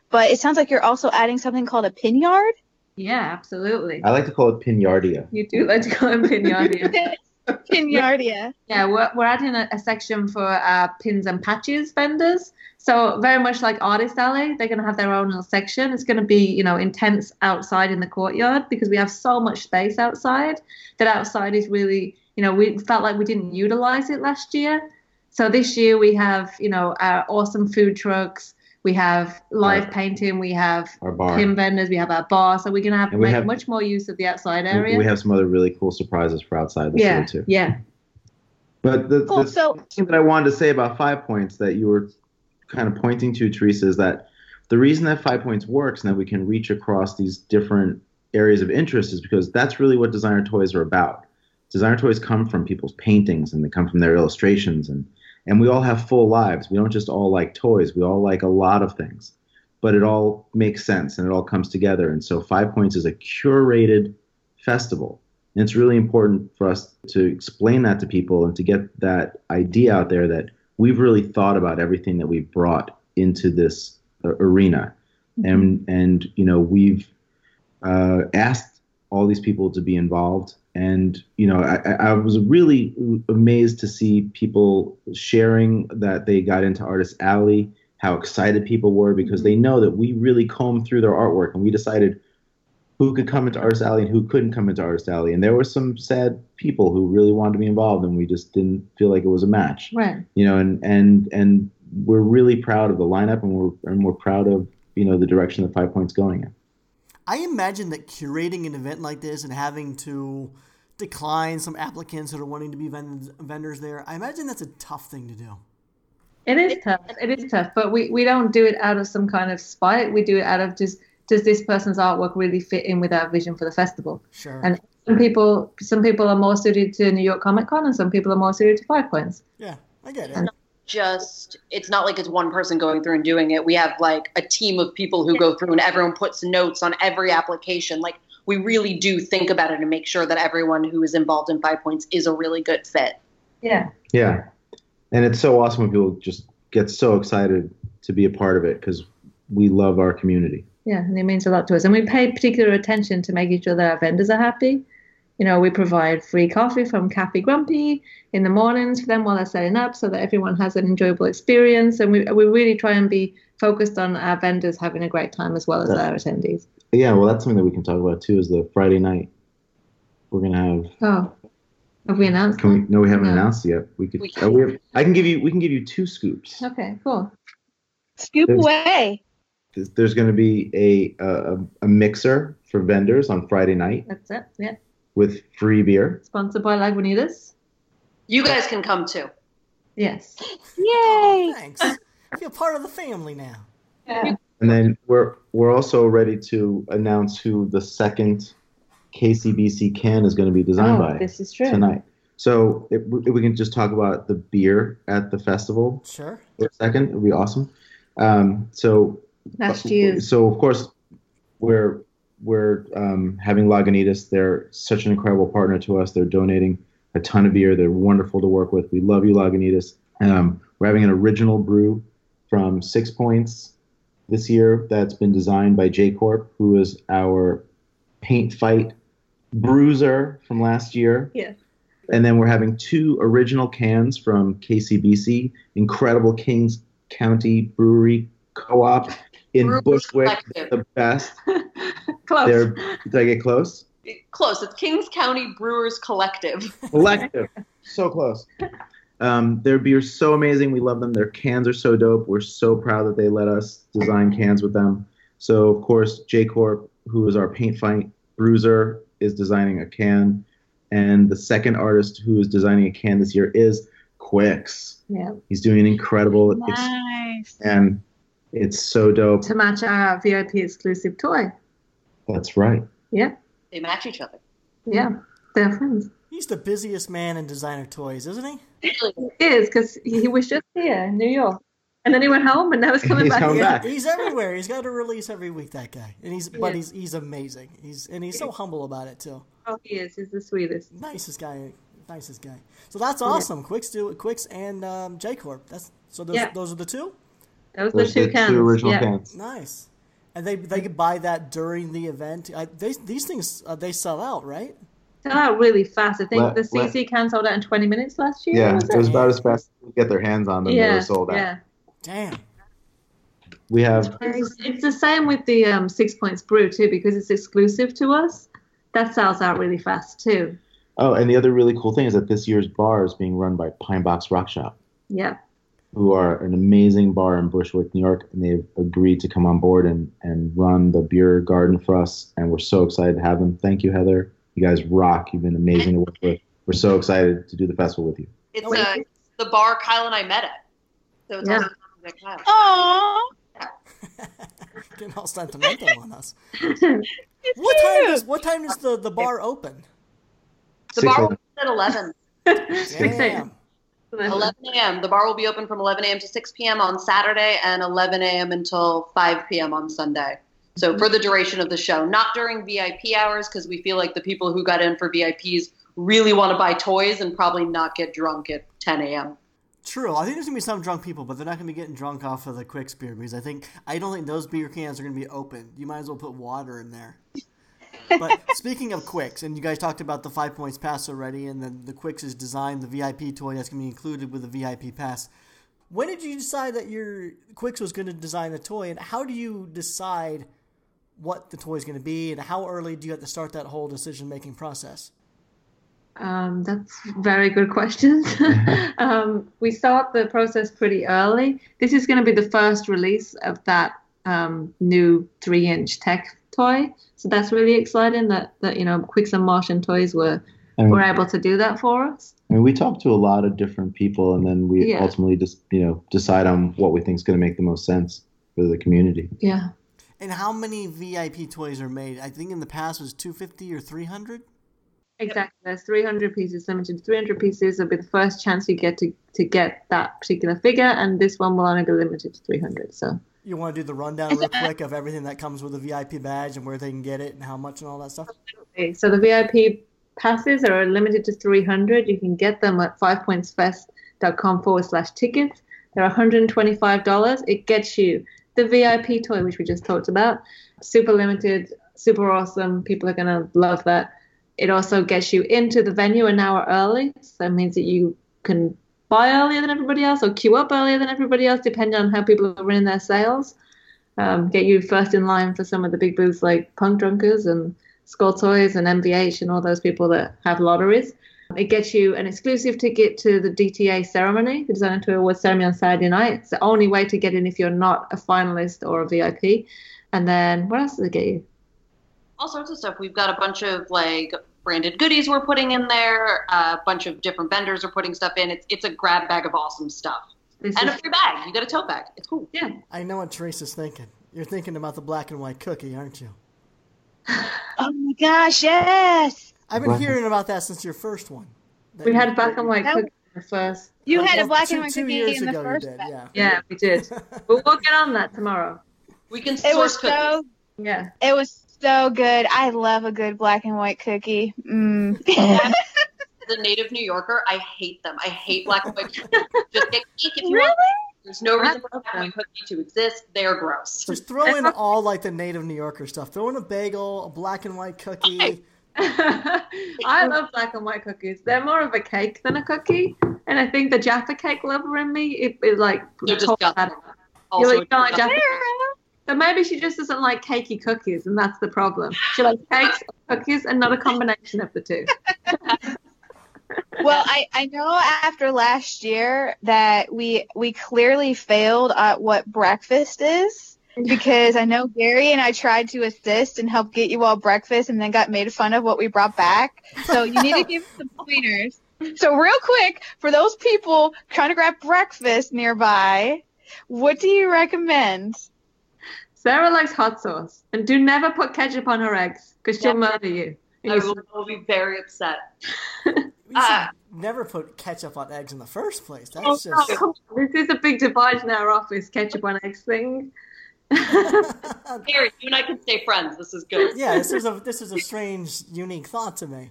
but it sounds like you're also adding something called a pin yard.
yeah, absolutely.
I like to call it Pinardia.
You do like to go and pin the idea.
Pinyardia.
Yeah, we're, we're adding a, a section for uh, pins and patches vendors. So very much like Artist Alley, they're going to have their own little section. It's going to be, you know, intense outside in the courtyard because we have so much space outside that outside is really, you know, we felt like we didn't utilize it last year. So this year we have, you know, our awesome food trucks. We have live
Right.
painting. We have
Our bar.
pin vendors. We have our bar. So we're going to have
And we
make
have-
much more use of the outside
We
area.
we have some other really cool surprises for outside this
yeah,
year too.
yeah.
But the,
Cool.
the
So
thing that I wanted to say about Five Points that you were kind of pointing to, Teresa, is that the reason that Five Points works and that we can reach across these different areas of interest is because that's really what designer toys are about. Designer toys come from people's paintings and they come from their illustrations and and we all have full lives. We don't just all like toys. We all like a lot of things. But it all makes sense and it all comes together. And so Five Points is a curated festival. And it's really important for us to explain that to people and to get that idea out there that we've really thought about everything that we've brought into this uh, arena. And, and you know, we've uh, asked all these people to be involved. And, you know, I, I- I was really amazed to see people sharing that they got into Artist Alley, how excited people were because they know that we really combed through their artwork and we decided who could come into Artist Alley and who couldn't come into Artist Alley. And there were some sad people who really wanted to be involved, and we just didn't feel like it was a match.
Right.
You know, and and and we're really proud of the lineup, and we're and we're proud of you know the direction that Five Points going in.
I imagine that curating an event like this and having to decline some applicants that are wanting to be vend- vendors there, I imagine that's a tough thing to do.
It is tough. It is tough, but we, we don't do it out of some kind of spite. We do it out of just does this person's artwork really fit in with our vision for the festival?
Sure.
And some people some people are more suited to New York Comic Con, and some people are more suited to Five Points.
yeah, I get it.
And- just it's not like it's one person going through and doing it. We have like a team of people who go through and everyone puts notes on every application. Like we really do think about it and make sure that everyone who is involved in Five Points is a really good fit.
Yeah,
Yeah, and it's so awesome when people just get so excited to be a part of it because we love our community.
yeah, and it means a lot to us. And we pay particular attention to making sure that our vendors are happy. You know, we provide free coffee from Cafe Grumpy in the mornings for them while they're setting up, so that everyone has an enjoyable experience. And we we really try and be focused on our vendors having a great time as well as our attendees.
Yeah, well, that's something that we can talk about too. Is the Friday night we're gonna have
Oh, have we announced?
Can we? No, we haven't
No.
announced yet. We could.
We
oh, we have, I can give you. We can give you two scoops.
Okay, cool.
scoop
There's-
away.
There's- There's going to be a, a a mixer for vendors on Friday night
That's it. Yeah.
with free beer.
Sponsored by Lagunitas.
You guys can come too.
Yes.
Oh,
Yay!
thanks. You're part of the family now.
Yeah.
And then we're we're also ready to announce who the second KCBC can is going to be designed
Oh,
by
this is true.
tonight. So if we if we can just talk about the beer at the festival
Sure.
for a second, it would be awesome. Um, so
Last year.
so of course, we're we're um, having Lagunitas. They're such an incredible partner to us. They're donating a ton of beer. They're wonderful to work with. We love you, Lagunitas. Um, we're having an original brew from Six Points this year that's been designed by J Corp, who is our paint fight bruiser from last year.
Yes.
And then we're having two original cans from KCBC, incredible Kings County Brewery Co-op in
Brewers
Bushwick.
Collective.
The best.
Close.
They're, did I get close?
Close. It's Kings County Brewers Collective.
Collective. so close. Um, their beer's so amazing. We love them. Their cans are so dope. We're so proud that they let us design cans with them. So, of course, J Corp, who is our paint fight bruiser, is designing a can. And the second artist who is designing a can this year is Quix.
Yeah.
He's doing an incredible ex-
Nice.
and it's so dope.
To match our VIP exclusive toy.
That's right.
They match each other.
Yeah. They're friends.
He's the busiest man in designer toys, isn't he?
Really.
It is because he he was just here in New York. And then he went home and now he's coming
He's
back
coming
again.
back.
He's everywhere. He's got a release every week. That guy, and he's but
Yeah.
he's he's amazing. He's and he's so humble about it too.
Oh, he is. He's the sweetest.
Nicest guy, nicest guy. So that's
Yeah.
awesome. Quicks do Quicks and um, J Corp. That's so those
Yeah.
those are the two.
Those are the
Those are
two cans.
original
yeah.
cans.
Nice. And they they could buy that during the event. I, they, these things uh, they sell out, right?
Sell out really fast. I think
Let-
the CC can sold out in 20 minutes last year.
Yeah,
was
it was about as fast as we could get their hands on them. they
yeah,
were sold out.
yeah.
Damn.
We have
It's, it's the same with the um, Six Points Brew too, because it's exclusive to us. That sells out really fast too.
oh, and the other really cool thing is that this year's bar is being run by Pine Box Rock Shop,
Yeah,
who are an amazing bar in Bushwick, New York, and they've agreed to come on board and and run the beer garden for us. And we're so excited to have them. Thank you, Heather. You guys rock. You've been amazing to work with. We're so excited to do the festival with you.
It's
Oh, wait.
uh, the bar Kyle and I met at. So it's
Yeah.
also like Kyle.
Aww.
Getting all sentimental on us.
it's
What time is what time is the, the bar open?
The
Six
bar will
a-
be open at 11.
Six
Damn.
a.m.
11 a.m. The bar will be open from 11 a.m. to 6 p.m. on Saturday and 11 a.m. until 5 p.m. on Sunday. So for the duration of the show, not during VIP hours because we feel like the people who got in for VIPs really want to buy toys and probably not get drunk at 10 a.m.
True. I think there's gonna be some drunk people, but they're not gonna be getting drunk off of the Quicks beer because I think I don't think those beer cans are gonna be open. You might as well put water in there. But speaking of Quicks, and you guys talked about the five points pass already, and then the Quicks is designed the VIP toy that's gonna be included with the VIP pass. When did you decide that your Quicks was gonna design the toy, and how do you decide what the toy is gonna be, and how early do you have to start that whole decision making process?
Um, that's very good questions. um, we start the process pretty early. This is going to be the first release of that um, new three-inch tech toy, so that's really exciting. That that you know, Quicks and Martian Toys were
And-
were able to do that for us.
I mean, we talk to a lot of different people, and then we
Yeah.
ultimately just you know decide on what we think is going to make the most sense for the community.
Yeah.
And how many VIP toys are made? I think in the past was 250 or 300.
Exactly. There's 300 pieces limited. to 300 pieces will be the first chance you get to, to get that particular figure, and this one will only be limited to 300. So,
You want to do the rundown real quick of everything that comes with a VIP badge and where they can get it and how much and all that stuff?
Okay, so the VIP passes are limited to 300. You can get them at fivepointsfest.com forward slash tickets. They're $125. It gets you the VIP toy, which we just talked about. Super limited, super awesome. People are going to love that. It also gets you into the venue an hour early. So it means that you can buy earlier than everybody else or queue up earlier than everybody else, depending on how people are running their sales. Um, get you first in line for some of the big booths like Punk Drunkers and Skull Toys and MVH and all those people that have lotteries. It gets you an exclusive ticket to the DTA ceremony, the Designer Toy Awards ceremony on Saturday night. It's the only way to get in if you're not a finalist or a VIP. And then what else does it get you?
All sorts of stuff. We've got a bunch of like branded goodies we're putting in there. A bunch of different vendors are putting stuff in. It's it's a grab bag of awesome stuff
This
and a
is-
free bag. You get a tote bag. It's cool.
yeah.
I know what Teresa's thinking. You're thinking about the black and white cookie, aren't you?
Oh my gosh, yes.
I've been
Right.
hearing about that since your first one. that
We
you-
had black and white
That-
cooking in the first.
You
Well,
had a black
two-
and white
two
cookie
years
in the
ago you
first.
did,
one.
yeah.
Yeah, we did. But we'll get on that tomorrow.
We can
It was
source cookies.
so
Yeah.
It was so good. I love a good black and white cookie. Mm.
As a native New Yorker, I hate them. I hate black and white cookies. Just get cake if you
Really?
want. There's no
I
reason for
love
black and white cookie to exist. They're gross.
Just throw in all like the native New Yorker stuff. Throw in a bagel, a black and white cookie.
I love black and white cookies. They're more of a cake than a cookie. And I think the Jaffa cake lover in me, it, it like
They're just
pulls
got-
that up.
Also,
you don't like Jaffa
Girl.
So maybe she just doesn't like cakey cookies, and that's the problem. She likes cakes, cookies, and not a combination of the two.
Well, I, I know after last year that we we clearly failed at what breakfast is because I know Gary and I tried to assist and help get you all breakfast and then got made fun of what we brought back. So you need to give us some pointers. So real quick, for those people trying to grab breakfast nearby, what do you recommend?
Sarah likes hot sauce, and do never put ketchup on her eggs because she'll murder you.
I will, I will be very upset.
You should
Uh,
never put ketchup on eggs in the first place. That's
Oh,
just.
come on, This is a big divide in our office, ketchup on eggs thing.
Gary, you and I can stay friends. This is good.
yeah, this is a this is a strange, unique thought to me.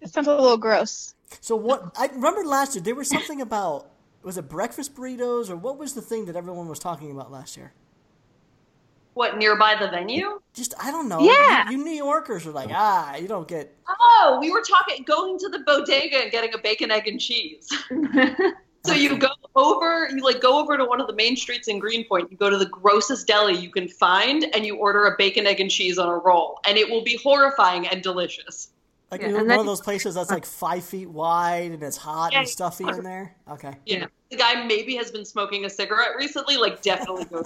It sounds a little gross.
So what I remember last year, there was something about was it breakfast burritos or what was the thing that everyone was talking about last year?
What, nearby the venue?
Just I don't know.
Yeah.
you, you New Yorkers are like ah, you don't get
Oh, we were talking going to the bodega and getting a bacon, egg, and cheese. So you go over, you like go over to one of the main streets in Greenpoint. You go to the grossest deli you can find, and you order a bacon, egg, and cheese on a roll, and it will be horrifying and delicious.
like
Yeah,
you know, one
and then-
of those places that's like five feet wide and it's hot and
Yeah.
stuffy in there. Okay,
Yeah, the guy maybe has been smoking a cigarette recently. Like, definitely go,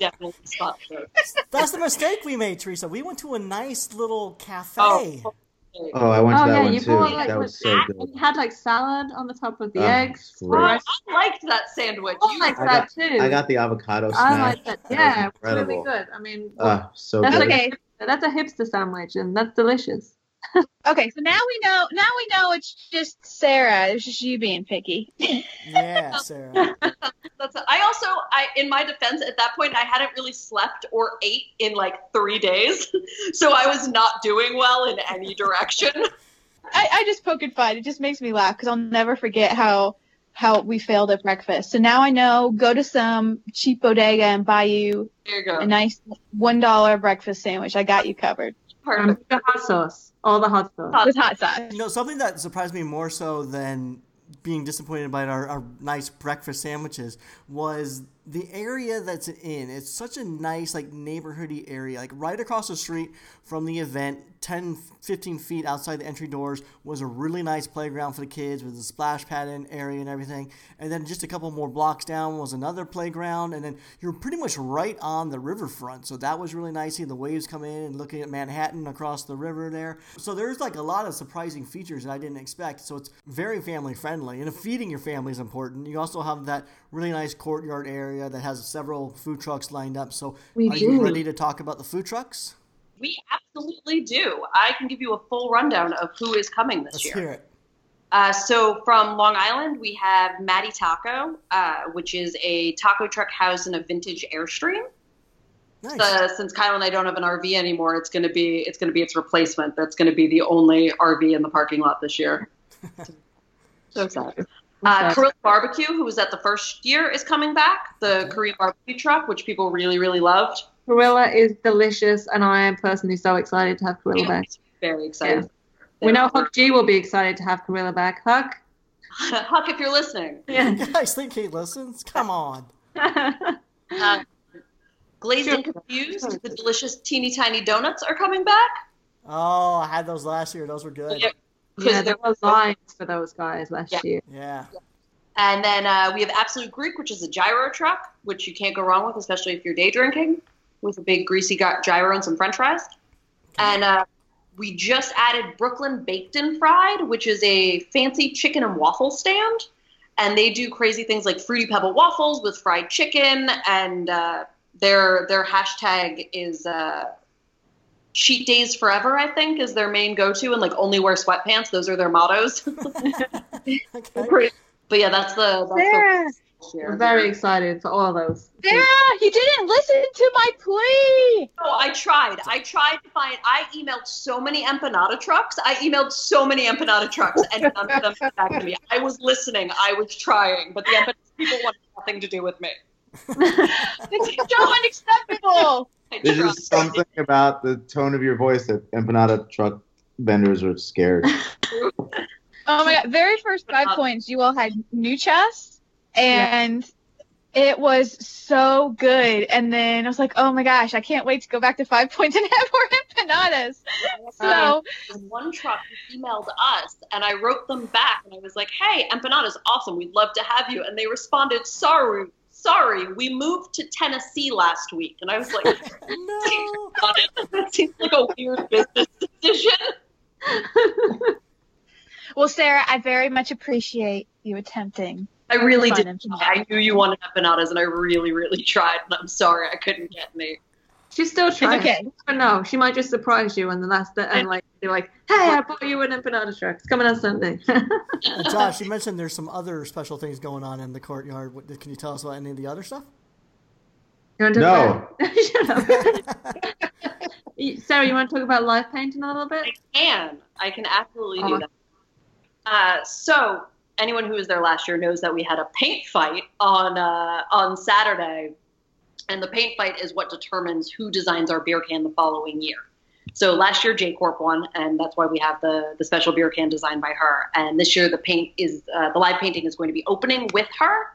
definitely spot those.
that's the mistake we made, Teresa. We went to a nice little cafe.
Oh,
Oh, I went
Oh,
to that
yeah,
one
you
too.
bought, like,
that
what-
was so good.
We had like salad on the top of the
Oh,
eggs.
Oh,
great.
I liked that sandwich.
I
You-
like
I
that too.
I got the avocado
I
snack.
like that.
was
Yeah, really
incredible.
good. I mean,
Ah, so
That's
good.
okay. that's a hipster sandwich, and that's delicious.
Okay, so now we know. Now we know it's just Sarah. It's just you being picky.
Yeah, Sarah.
That's. I also, I in my defense, at that point, I hadn't really slept or ate in like three days, so I was not doing well in any direction.
I, I just poke and fun. It just makes me laugh because I'll never forget how how we failed at breakfast. So now I know. Go to some cheap bodega and buy you
There you go.
a nice one dollar breakfast sandwich. I got you covered
Perfect.
Um, the hot sauce, all the hot sauce.
with hot sauce.
You know, something that surprised me more so than being disappointed by our, our nice breakfast sandwiches was the area that's in. It's such a nice, like, neighborhoody area. Like, right across the street from the event, 10, 15 feet outside the entry doors, was a really nice playground for the kids with a splash pad in area and everything. And then just a couple more blocks down was another playground. And then you're pretty much right on the riverfront. So that was really nice seeing the waves come in and looking at Manhattan across the river there. So there's like a lot of surprising features that I didn't expect. So it's very family friendly. And feeding your family is important. You also have that really nice courtyard area that has several food trucks lined up. So
We
are you
do.
ready to talk about the food trucks?
We absolutely do. I can give you a full rundown of who is coming this
Let's
year.
hear it.
Uh, so from Long Island, we have Matty Taco, uh, which is a taco truck housed in a vintage Airstream.
Nice.
So Uh, since Kyle and I don't have an RV anymore, it's gonna be it's gonna be its replacement. That's gonna be the only RV in the parking lot this year. so sad. Uh, Korean Barbecue, who was at the first year, is coming back. The Korean barbecue truck, which people really really loved.
Gorilla is delicious, and I am personally so excited to have Gorilla back.
Very excited.
We know Huck G will be excited to have Gorilla back. Huck?
Huck, if you're listening.
Yeah.
You guys think he listens? Come on.
Uh, glazed and
Sure.
confused, the delicious teeny tiny donuts are coming back.
Oh, I had those last year. Those were good.
Yeah. 'Cause
yeah, there
they're-
were lines for those guys last
Yeah.
year.
Yeah.
And then uh, we have Absolute Greek, which is a gyro truck, which you can't go wrong with, especially if you're day drinking, with a big greasy gy- gyro and some French fries. And uh, we just added Brooklyn Baked and Fried, which is a fancy chicken and waffle stand, and they do crazy things like fruity pebble waffles with fried chicken, and uh, their their hashtag is uh, Cheat Days Forever, I think, is their main go to, and like only wear sweatpants. Those are their mottos.
Okay.
but yeah, that's the. That's
Sarah,
the
I'm very excited for all those.
Sarah, you didn't listen to my plea.
No, I tried. I tried to find. I emailed so many empanada trucks. I emailed so many empanada trucks, and none of them got back to me. I was listening. I was trying, but the empanada people wanted nothing to do with me.
This is so unacceptable.
I
There's
tried.
just something about the tone of your voice that empanada truck vendors are scared.
Oh my god! Very first five points, you all had new chess, and it was so good. And then I was like, oh my gosh, I can't wait to go back to five points and have more empanadas.
Um,
So
And one truck emailed us, and I wrote them back, and I was like, "Hey, empanada's awesome. We'd love to have you." And they responded, "Sorry, sorry, we moved to Tennessee last week." And I was like,
No.
"That seems like a weird business decision."
Well, Sarah, I very much appreciate you attempting.
I really
Fun
did.
and fun.
I knew you wanted empanadas, and I really, really tried. And I'm sorry I couldn't get any.
She's still
It's
trying.
okay.
But no, she might just surprise you, and the last and like they're like, "Hey, I bought you an empanada truck. It's coming on Sunday."
Uh, Josh, you mentioned there's some other special things going on in the courtyard. What- Can you tell us about any of the other stuff?
You want to
No.
talk about? Shut up. You- Sarah, you want to talk about live painting a little
I
bit?
can. I can absolutely
Oh.
do that. Uh, so anyone who was there last year knows that we had a paint fight on uh, on Saturday, and the paint fight is what determines who designs our beer can the following year. So last year J Corp won, and that's why we have the the special beer can designed by her. And this year the paint is uh, the live painting is going to be opening with her.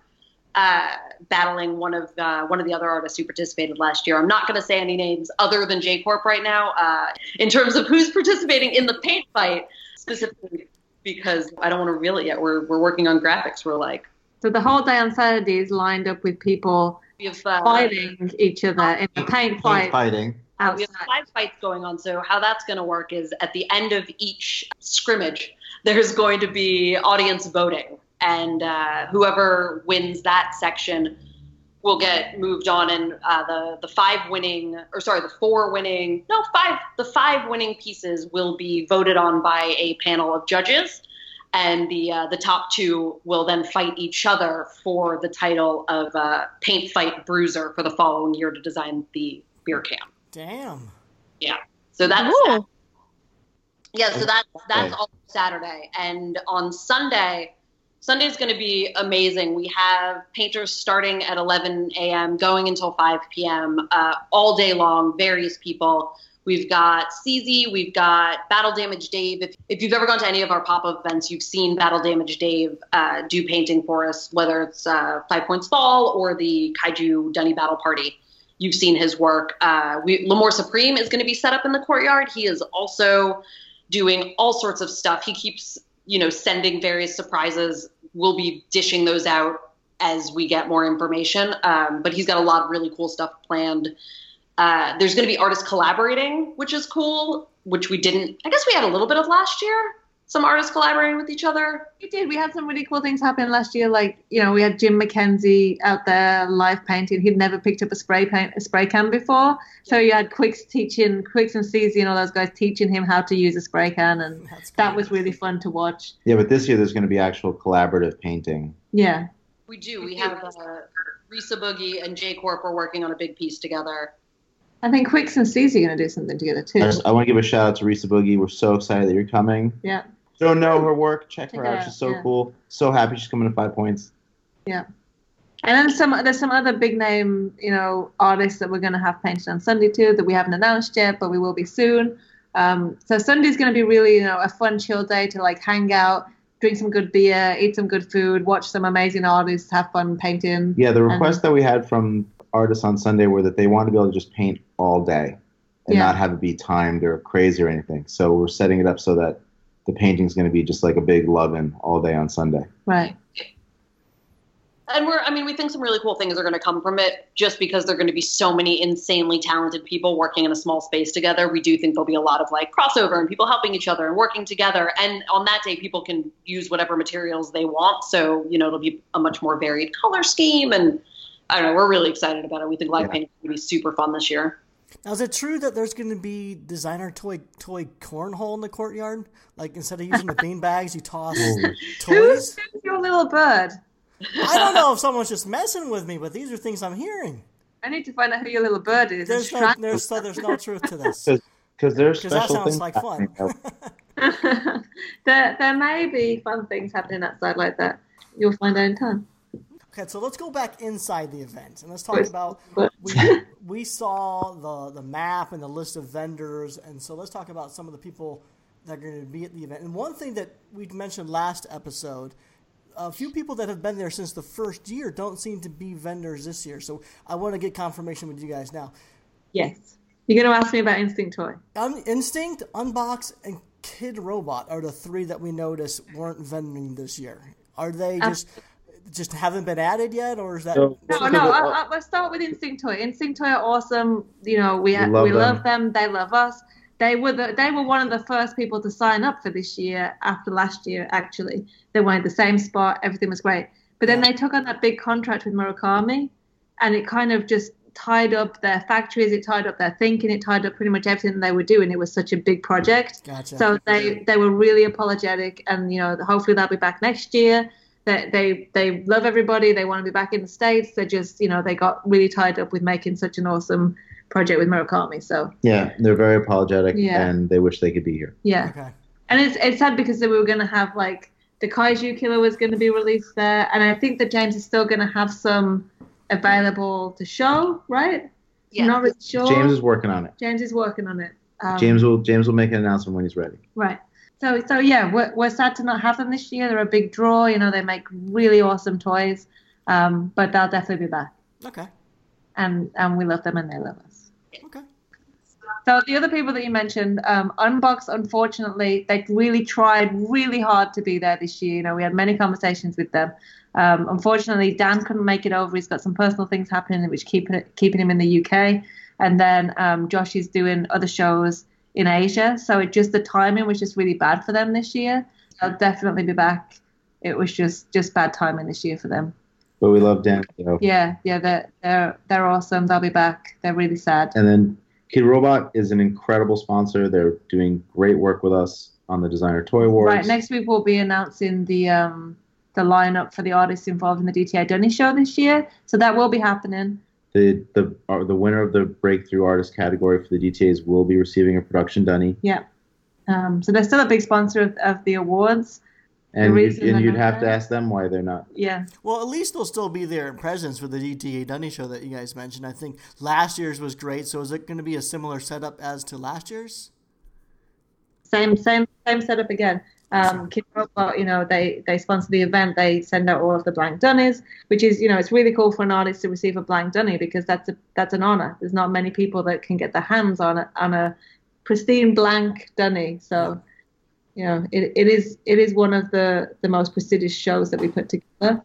Uh, battling one of uh, one of the other artists who participated last year. I'm not going to say any names other than J Corp right now. Uh, in terms of who's participating in the paint fight specifically because I don't want to reel it yet. We're, we're working on graphics. We're like,
So the whole day on Saturday is lined up with people
we have, uh, we
fighting each other in a paint fight
Fighting.
outside.
have five fights going on. So how that's going to work is at the end of each scrimmage, there's going to be audience voting. And uh, whoever wins that section will get moved on. And uh, the, the five winning, or sorry, the four winning, no, five, the five winning pieces will be voted on by a panel of judges. and the uh, the top two will then fight each other for the title of uh, paint fight bruiser for the following year to design the beer can.
Damn.
So that's
Cool.
yeah. So that's that's
Okay.
all Saturday, and on Sunday, Sunday's going to be amazing. We have painters starting at 11 a.m., going until 5 p.m. Uh, all day long. Various people. We've got CZ. We've got Battle Damage Dave. If, if you've ever gone to any of our pop-up events, you've seen Battle Damage Dave uh, do painting for us, whether it's uh, Five Points Fall or the Kaiju Dunny Battle Party you've seen his work. Uh, we, Lamore Supreme is going to be set up in the courtyard. He is also doing all sorts of stuff. He keeps, you know, sending various surprises. We'll be dishing those out as we get more information. Um, but he's got a lot of really cool stuff planned. Uh, there's going to be artists collaborating, which is cool, which we didn't. I guess we had a little bit of last year. Some artists collaborating with each other.
We did. We had some really cool things happen last year. Like you know, we had Jim McKenzie out there live painting. He'd never picked up a spray paint, a spray can before. So you had Quicks teaching, Quicks and Susie and all those guys teaching him how to use a spray can, and
That's
that
cool.
was really fun to watch.
Yeah, but this year there's going to be actual collaborative painting.
Yeah,
We do. We have uh, Risa Boogie and J Corp are working on a big piece together.
I think Quicks and Susie are going to do something together too.
I, just, I want to give a shout out to Risa Boogie. We're so excited that you're coming.
Yeah.
Don't know her work. Check her
Check her
out.
out,
She's so
yeah.
cool. So happy she's coming to Five Points.
And then some there's some other big name, you know, artists that we're going to have painted on Sunday too that we haven't announced yet, but we will be soon. Um, so Sunday's going to be really, you know, a fun chill day to like hang out, drink some good beer, eat some good food, watch some amazing artists, have fun painting.
Yeah, the request that we had from artists on Sunday were that they want to be able to just paint all day and
Yeah.
not have it be timed or crazy or anything. So we're setting it up so that the painting's going to be just like a big lovin' all day on Sunday.
Right.
and we're i mean we think some really cool things are going to come from it just because there are going to be so many insanely talented people working in a small space together we do think there'll be a lot of like crossover and people helping each other and working together and on that day people can use whatever materials they want so you know it'll be a much more varied color scheme and i don't know we're really excited about it we think live
Yeah.
painting is going to be super fun this year
Now, is it true that there's going to be designer toy toy cornhole in the courtyard? Like instead of using the bean bags, you toss
Holy
toys.
Who's your little bird?
I don't know if someone's just messing with me, but these are things I'm hearing.
I need to find out who your little bird is.
There's no,
Shrine-
there's so there's no truth to this
So- Because there are
because that
special
sounds
things
like fun.
happening out-
there, there may be fun things happening outside like that. You'll find out in time.
Okay, so let's go back inside the event and let's talk
Yes.
about
But
we we saw the the map and the list of vendors, and so let's talk about some of the people that are going to be at the event. And one thing that we mentioned last episode, a few people that have been there since the first year don't seem to be vendors this year. So I want to get confirmation with you guys now.
yes, you're going to ask me about Instinct Toy.
Un- Instinct, Unbox, and Kid Robot are the three that we noticed weren't vending this year. Are they
Uh,
just just haven't been added yet, or is that
So-
No,
Because
no.
it-
I, I, let's start with Instinct Toy. Instinct Toy are awesome. You know, we
We
we,
love them.
love them. They love us. They were the, they were one of the first people to sign up for this year after last year. Actually, they wanted the same spot. Everything was great. But then they took on that big contract with Murakami, and it kind of just tied up their factories. It tied up their thinking. It tied up pretty much everything they were doing. It was such a big project.
gotcha?
So they they were really apologetic, and you know, hopefully they'll be back next year. They they they love everybody. They want to be back in the states. They just you know they got really tied up with making such an awesome project with Murakami. So
Yeah, they're very apologetic
Yeah.
and they wish they could be here.
yeah,
okay,
and it's it's sad because we were going to have like the Kaiju Killer was going to be released there, and I think that James is still going to have some available to show, right?
Yeah.
Not really sure.
James is working on it.
James is working on it. Um,
James will James will make an announcement when he's ready.
Right. So, so yeah, we're, we're sad to not have them this year. They're a big draw. You know, they make really awesome toys, um, but they'll definitely be back.
okay,
And, and we love them and they love us.
okay.
So the other people that you mentioned, um, Unbox, unfortunately, they really tried really hard to be there this year. You know, we had many conversations with them. Um, unfortunately, Dan couldn't make it over. He's got some personal things happening, which keep keeping him in the UK. And then um, Josh is doing other shows in Asia. So it just the timing was just really bad for them this year. They'll definitely be back. It was just just bad timing this year for them.
But we love Dan. so-
Yeah, yeah, they're they're, they're awesome. They'll be back. They're really sad.
And then Kid Robot is an incredible sponsor. They're doing great work with us on the Designer Toy Awards.
Right, next week we'll be announcing the um, the lineup for the artists involved in the DTA Dunny show this year. So that will be happening.
the the uh, the winner of the breakthrough artist category for the DTAs will be receiving a production dunny.
Um, so they're still a big sponsor of, of the awards.
And you'd,
reason
and
they're
you'd
not
have to
there?
ask them why they're not.
Yeah,
Well, at least they'll still be there in presence for the DTA Dunny show that you guys mentioned. I think last year's was great. So is it going to be a similar setup as to last year's?
same same same setup again. Um, Kid Robot, you know, they they sponsor the event. They send out all of the blank dunnies, which is you know it's really cool for an artist to receive a blank dunny because that's a that's an honor. There's not many people that can get their hands on a, on a pristine blank dunny. So. you know, it, it is it is one of the the most prestigious shows that we put together.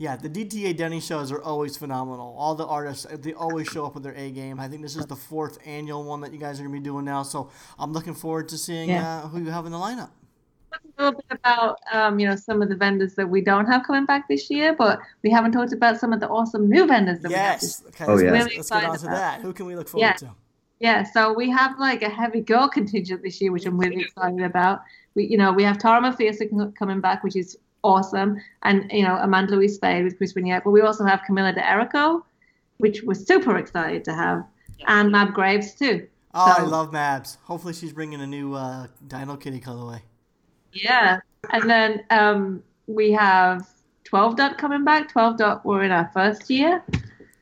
Yeah, the DTA Dunny shows are always phenomenal. All the artists, they always show up with their A game. I think this is the fourth annual one that you guys are going to be doing now. So I'm looking forward to seeing
Yeah.
uh, who you have in the lineup.
A little bit about um, you know some of the vendors that we don't have coming back this year, but we haven't talked about some of the awesome new vendors that we have. This
Yes. Okay,
Oh,
let's,
yeah.
let's,
Really
let's get
excited
on to
about.
that. Who can we look forward
Yeah.
to?
Yeah, so we have like a heavy girl contingent this year, which I'm really excited about. We, you know, we have Tara Mafisa c- coming back, which is awesome, and you know Amanda Louise Spade with Chris Vignette, but we also have Camilla De Erico, which we're super excited to have, and Mab Graves too.
Oh, I
So-
love Mabs. Hopefully she's bringing a new uh, Dino Kitty colorway.
Yeah. And then um, we have 12 Dot coming back. 12 Dot were in our first year.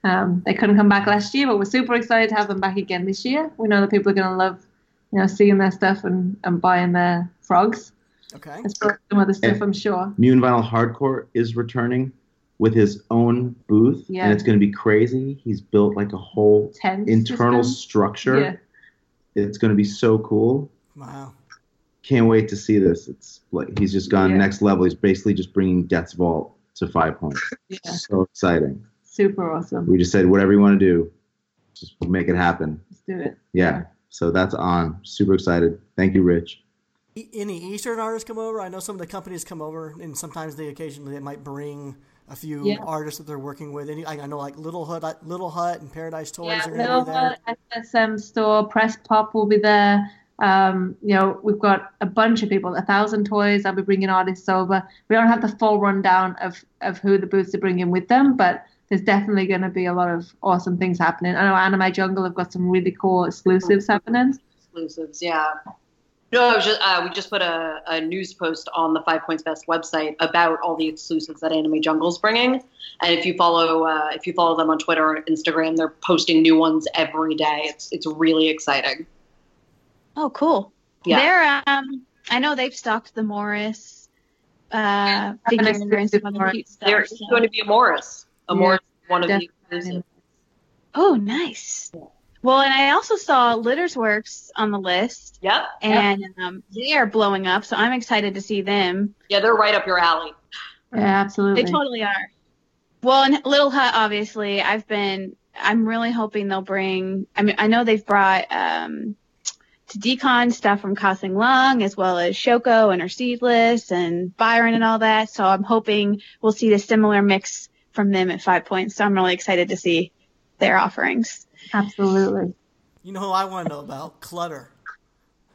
Um, they couldn't come back last year, but we're super excited to have them back again this year. We know that people are going to love, you know, seeing their stuff and, and buying their frogs
Okay.
as well as some other stuff, I'm sure.
New and Vinyl Hardcore is returning with his own booth,
Yeah.
and it's going to be crazy. He's built like a whole
Tent
internal
system.
structure.
Yeah.
It's going to be so cool.
Wow.
Can't wait to see this. It's like he's just gone
Yeah.
next level. He's basically just bringing Death's Vault to Five Point.
Yeah.
So exciting.
Super awesome.
We just said whatever you want to do, just make it happen.
Let's do it.
Yeah. So that's on. Super excited. Thank you, Rich.
E- any Eastern artists come over? I know some of the companies come over, and sometimes they occasionally they might bring a few
Yeah.
artists that they're working with. And I I know like Little Hut, Little Hut, and Paradise Toys
Yeah,
are going to
Little
be there.
Hut, SSM store, Press Pop will be there. Um, you know, we've got a bunch of people, a thousand toys. I'll be bringing artists over. We don't have the full rundown of of who the booths are bringing with them, but there's definitely going to be a lot of awesome things happening. I know Anime Jungle have got some really cool exclusives happening.
exclusives. Yeah. No, it was just, uh, we just put a, a news post on the Five Points Best website about all the exclusives that Anime Jungle's bringing. And if you follow uh, if you follow them on Twitter or Instagram, they're posting new ones every day. It's it's really exciting.
Oh, cool.
Yeah.
They're um I know they've stocked the Morris uh figures and some other cute stuff.
There is
so-
going to be a Morris. A
Yeah,
Morris is one of
definitely.
the exclusives.
Oh, nice. Well, and I also saw Litter's Works on the list
Yep.
and um, they are blowing up, so I'm excited to see them.
Yeah, they're right up your alley.
Yeah, absolutely.
They totally are. Well, and Little Hut, obviously, I've been. I'm really hoping they'll bring. I mean, I know they've brought um, to decon stuff from Kosing Lung, as well as Shoko and her seedless and Byron and all that. So I'm hoping we'll see the similar mix from them at Five Points. So I'm really excited to see their offerings.
absolutely.
You know who I want to know about? Clutter.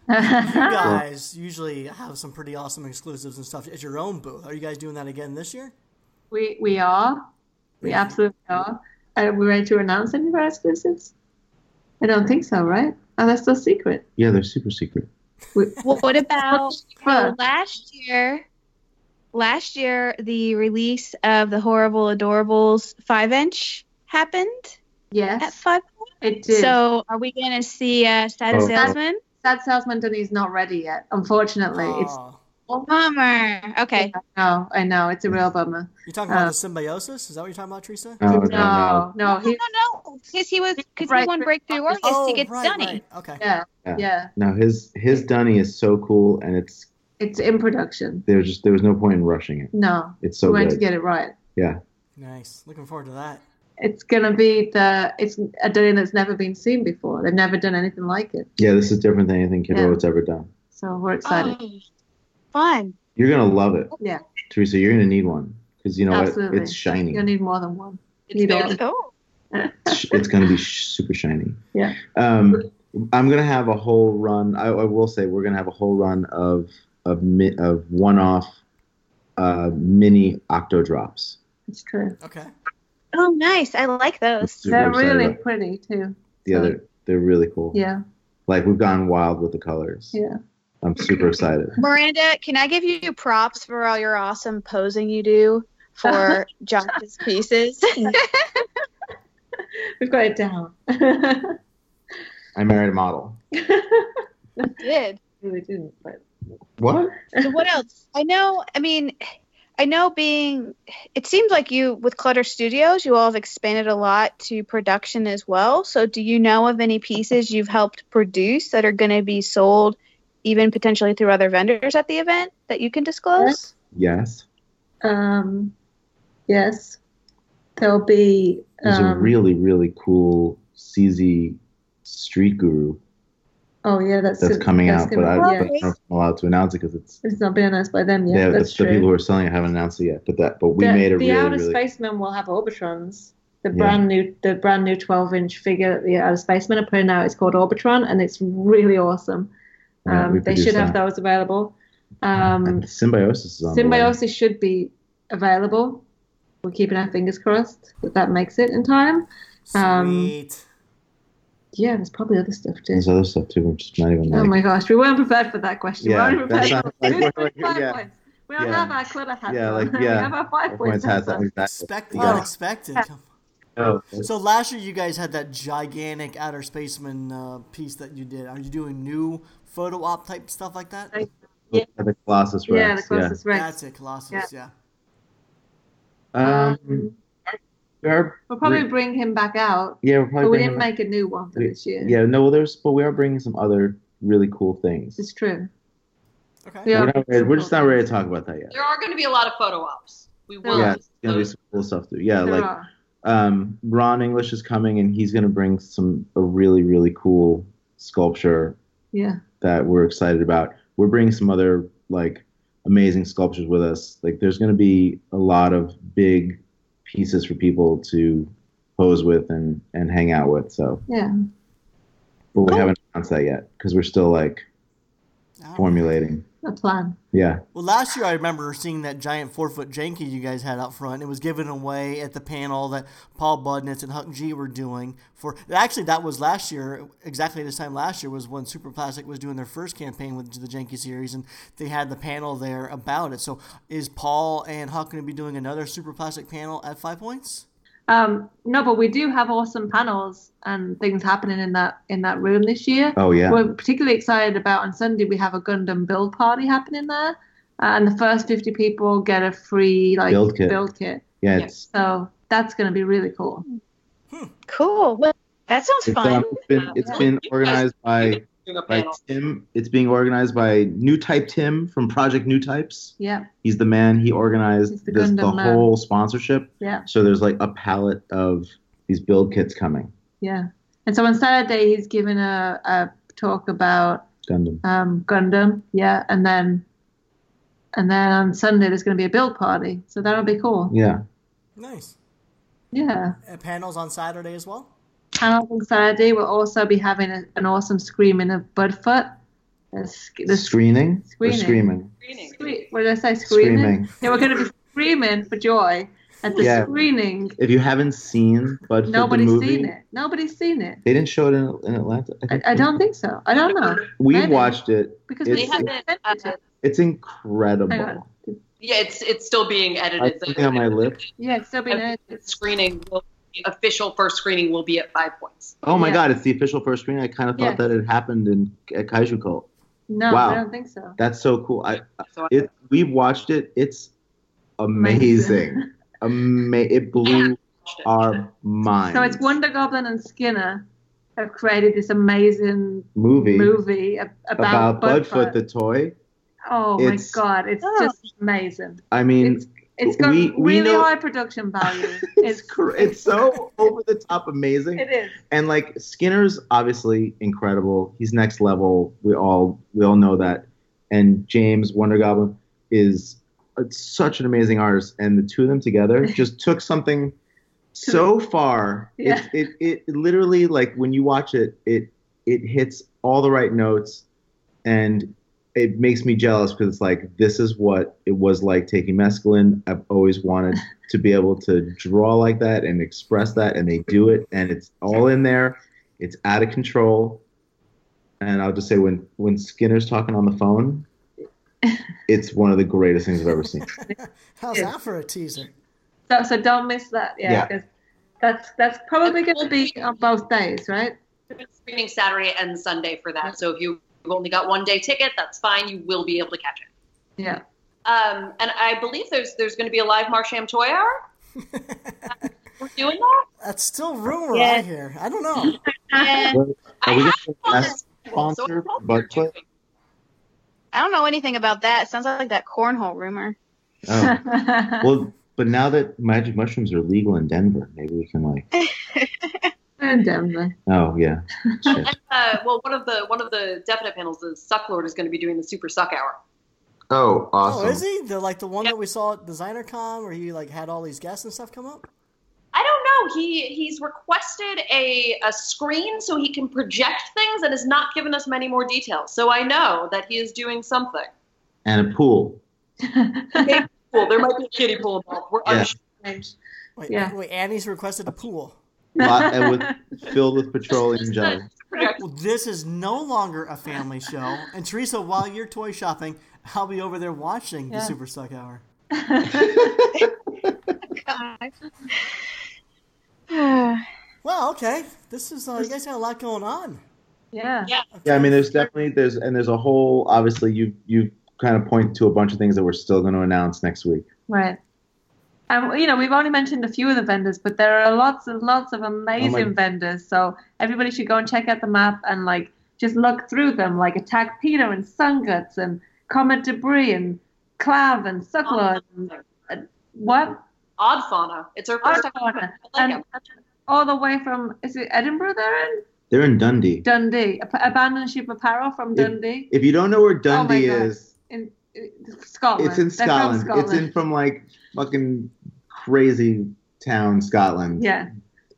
You
yeah,
guys usually have some pretty awesome exclusives and stuff at your own booth. Are you guys doing that again this year?
we we are. We absolutely are. Are we ready to announce any of our exclusives? I don't think so, right? Oh, that's still secret.
Yeah, they're super secret.
Well, what about
But
last year? Last year, the release of the Horrible Adorables five inch happened at
yes,
five.
it did.
So are we gonna see uh, Status
Oh.
Salesman?
Sad Salesman Dunny's not ready yet. Unfortunately,
Oh.
it's
Aw.
Bummer. Okay.
I know, I know, it's a real bummer.
You're talking about
Uh,
the symbiosis? Is that what you're talking about, Teresa?
No, Oh, no,
no,
no.
no,
No,
he,
no, no, because he was because he
Right.
won Breakthrough Artist
oh,
to get
right,
Dunny.
right. Okay.
yeah,
Yeah.
yeah,
No, his his dunny is so cool, and it's
it's in production.
there's just there was no point in rushing it.
No,
It's
we
so
want
good.
to get it right.
Nice. Looking forward to that.
It's gonna be the it's a Dunny that's never been seen before. They've never done anything like it,
yeah, this is different than anything Kid
Yeah.
Robots ever done.
so we're excited.
Oh, fun.
You're gonna love it,
Yeah,
Teresa. You're gonna need one because you know
Absolutely.
what? It's shiny.
you'll need more than one.
It's
You
very-
don't.
Oh,
sh- it's going to be sh- super shiny.
Yeah.
Um, I'm going to have a whole run. I, I will say we're going to have a whole run of of mi- of one off uh, mini octo drops.
It's true.
Okay.
oh, nice. I like those.
Super
They're
excited
really
about it.
pretty too.
yeah, they're, they're really cool.
Yeah,
Like we've gone wild with the colors.
yeah.
I'm super excited.
Miranda, can I give you props for all your awesome posing you do for Josh's pieces?
We've got it down.
I married a model.
did.
really didn't, but
What?
So what else? I know. I mean, I know. Being, it seems like you with Clutter Studios, you all have expanded a lot to production as well. So, do you know of any pieces you've helped produce that are going to be sold, even potentially through other vendors at the event that you can disclose?
Yes.
Um, yes, there'll be.
There's
um,
a really really cool CZ Street Guru
Oh yeah, that's
that's coming out, but, I,
gonna-
but I
yeah,
don't know if I'm allowed to announce it because it's
it's not been announced by them yet.
yeah,
that's
that's the
true.
people who are selling it haven't announced it yet. But that, but we
the,
made a
the
really,
outer
really
spacemen will have orbitrons. The
Yeah.
brand new, the brand new twelve-inch figure that the outer spacemen are putting out is called Orbitron, and it's really awesome.
Yeah, we
um, they
produced
should have
that.
those available. Um,
And symbiosis is on. the way.
Symbiosis should be available. We're keeping our fingers crossed that that makes it in time. Um,
Sweet.
Yeah, there's probably other stuff too.
There's other stuff too. We're just not even
Oh
like.
my gosh, we weren't prepared for that question.
Yeah,
we weren't
that
prepared. We've
sounds like-
got
like,
five
yeah.
points. We don't
Yeah.
have our clutter hats
Yeah,
on.
like,
we
yeah.
have our five points
Everyone's had Oh,
hats
that
on.
exactly.
Expect the
Yeah.
unexpected. Come-
Oh.
No.
So last year you guys had that gigantic outer spaceman uh, piece that you did. Are you doing new photo op type stuff like that?
I-
Yeah, the Colossus
Yeah, the
Rex. Yeah.
closest Rex.
That's it, Colossus. Yeah.
Um, we are,
We'll probably
we-
bring him back out,
yeah, we're
but
probably
we
bringing
didn't make a new one for
we-
this year.
Yeah, no, well, there's, but we are bringing some other really cool things.
It's true.
Okay.
Yeah.
We're, not ready, we're just not ready to talk about that yet.
There are going to be a lot of photo ops. We will.
Yeah,
Yeah.
it's gonna be some cool stuff too. Yeah,
There
like
are.
um, Ron English is coming and he's gonna bring some a really really cool sculpture
Yeah.
that we're excited about. We're bringing some other like amazing sculptures with us. Like there's going to be a lot of big pieces for people to pose with and and hang out with. So,
Yeah.
but we
Cool.
haven't announced that yet because we're still like
All right.
formulating.
A plan.
Yeah,
Well, last year I remember seeing that giant four foot janky you guys had out front. It was given away at the panel that Paul Budnitz and Huck G were doing for. Actually, that was last year. Exactly this time last year was when Superplastic was doing their first campaign with the Janky series, and they had the panel there about it. So, is Paul and Huck going to be doing another Superplastic panel at Five Points?
Um, no, but we do have awesome panels and things happening in that in that room this year.
Oh yeah.
We're particularly excited about on Sunday we have a Gundam build party happening there, Uh, and the first fifty people get a free like
Build kit.
kit.
yeah, it's
So that's going to be really cool.
Cool. Well, that sounds
it's,
fun.
um, been it's been organized by
Doing a
by
panel.
Tim. It's being organized by New Type Tim from Project New Types.
Yeah,
He's the man. He
He's
organized
the
this, the
Gundam man.
whole sponsorship.
yeah,
So there's like a palette of these build kits coming.
yeah. And so on Saturday he's giving a, a talk about
Gundam.
um, Gundam. Yeah, and then and then on Sunday there's going to be a build party. So that'll be cool.
Yeah.
Nice.
Yeah.
And panels on Saturday as well.
panels on Saturday. We'll also be having a, an awesome screaming of Budfoot. The, sc- the sc-
screening.
screening.
Or screaming.
Screening.
scre- what did I say? Screaming.
Screaming.
Yeah, we're going to be screaming for joy at the
Yeah.
screening.
If you haven't seen Bud Foot the
Nobody's
movie,
seen it. Nobody's seen it.
They didn't show it in, in Atlanta.
I, I don't think so. I don't know
We
maybe.
watched it.
because
It's-
we
They haven't. Uh,
It's
Hang on.
incredible.
yeah, it's it's still being
I
edited.
have something on my lip.
Yeah, it's still being
Okay.
edited.
Screening will the official first screening will be at five points.
Oh my
Yeah.
god! It's the official first screening. I kind of thought
Yeah.
that it happened in at Kaiju Cult.
No,
Wow.
I don't think so.
That's so cool. I
So I-
it we watched it. It's amazing. Ama- it blew our mind.
So it's Wonder Goblin and Skinner have created this amazing
movie,
movie, ab- about,
about,
Budfoot.
Budfoot the toy.
oh my
It's-
god, it's
Oh.
just amazing.
I mean,
It's- It's got
We- we
really
know-
high production value.
it's cr- it's so over the top amazing.
It is.
and like Skinner's obviously incredible. He's next level. We all we all know that. And James Wonder Goblin is a, such an amazing artist, and the two of them together just took something so far.
Yeah.
It, it it literally like when you watch it, it it hits all the right notes, and it makes me jealous because it's like this is what it was like taking mescaline. I've always wanted to be able to draw like that and express that and they do it and it's all in there it's out of control and i'll just say when when skinner's talking on the phone it's one of the greatest things i've ever seen
How's
Yeah.
that for a teaser?
So, so don't miss that. Yeah,
Yeah.
'cause that's that's probably going to be on both days, right?
screening Saturday and Sunday for that. So if you- you've only got one day ticket, that's fine. You will be able to catch it.
Yeah.
Um, and I believe there's there's going to be a live Marsham Toy Hour. We're doing that.
That's still rumor
Yeah.
I hear. I don't know.
Uh,
are we
I
gonna
have
get the
one.
best sponsor
So I hope
Bud
you're doing
Foot?
it.
I don't know anything about that. Sounds like that cornhole rumor.
oh. well but now that magic mushrooms are legal in denver maybe we can like
and Denver.
oh yeah Shit.
And, uh, well, one of the one of the definite panels is Suck Lord is going to be doing the Super Suck Hour.
oh awesome
Oh, is he? The like the one
Yep.
that we saw at DesignerCon where he like had all these guests and stuff come up?
I don't know. He he's requested a a screen so he can project things and has not given us many more details. So I know that he is doing something.
and a pool
Cool. There might be a kiddie pool involved. We're
Yeah.
unsure.
Wait,
Yeah.
wait, Annie's requested a pool.
Lot- and with, filled with petroleum jelly
Project-
Well, this is no longer a family show. And Teresa, while you're toy shopping, I'll be over there watching the
Yeah.
Super Suck Hour.
Oh
Well, okay. This is uh, you guys got a lot going on.
yeah.
Okay.
Yeah, I mean, there's definitely there's and there's a whole. Obviously, you you kind of point to a bunch of things that we're still going to announce next week.
Right. And you know we've only mentioned a few of the vendors, but there are lots and lots of
Oh
amazing vendors. So everybody should go and check out the map and like just look through them, like Attack Peter and Sunguts and Comet Debris and Clav and Suckler and what?
Odd fauna. It's our first time.
Arcana.
Oh. I like
And
it.
all the way from is it Edinburgh they're in?
They're in Dundee.
Dundee. Ab- Abandoned ship apparel from
Yeah.
Dundee. Oh
If you don't know where Dundee
God.
is,
In Scotland.
It's in
They're from
Scotland. It's in from like fucking crazy town Scotland.
Yeah,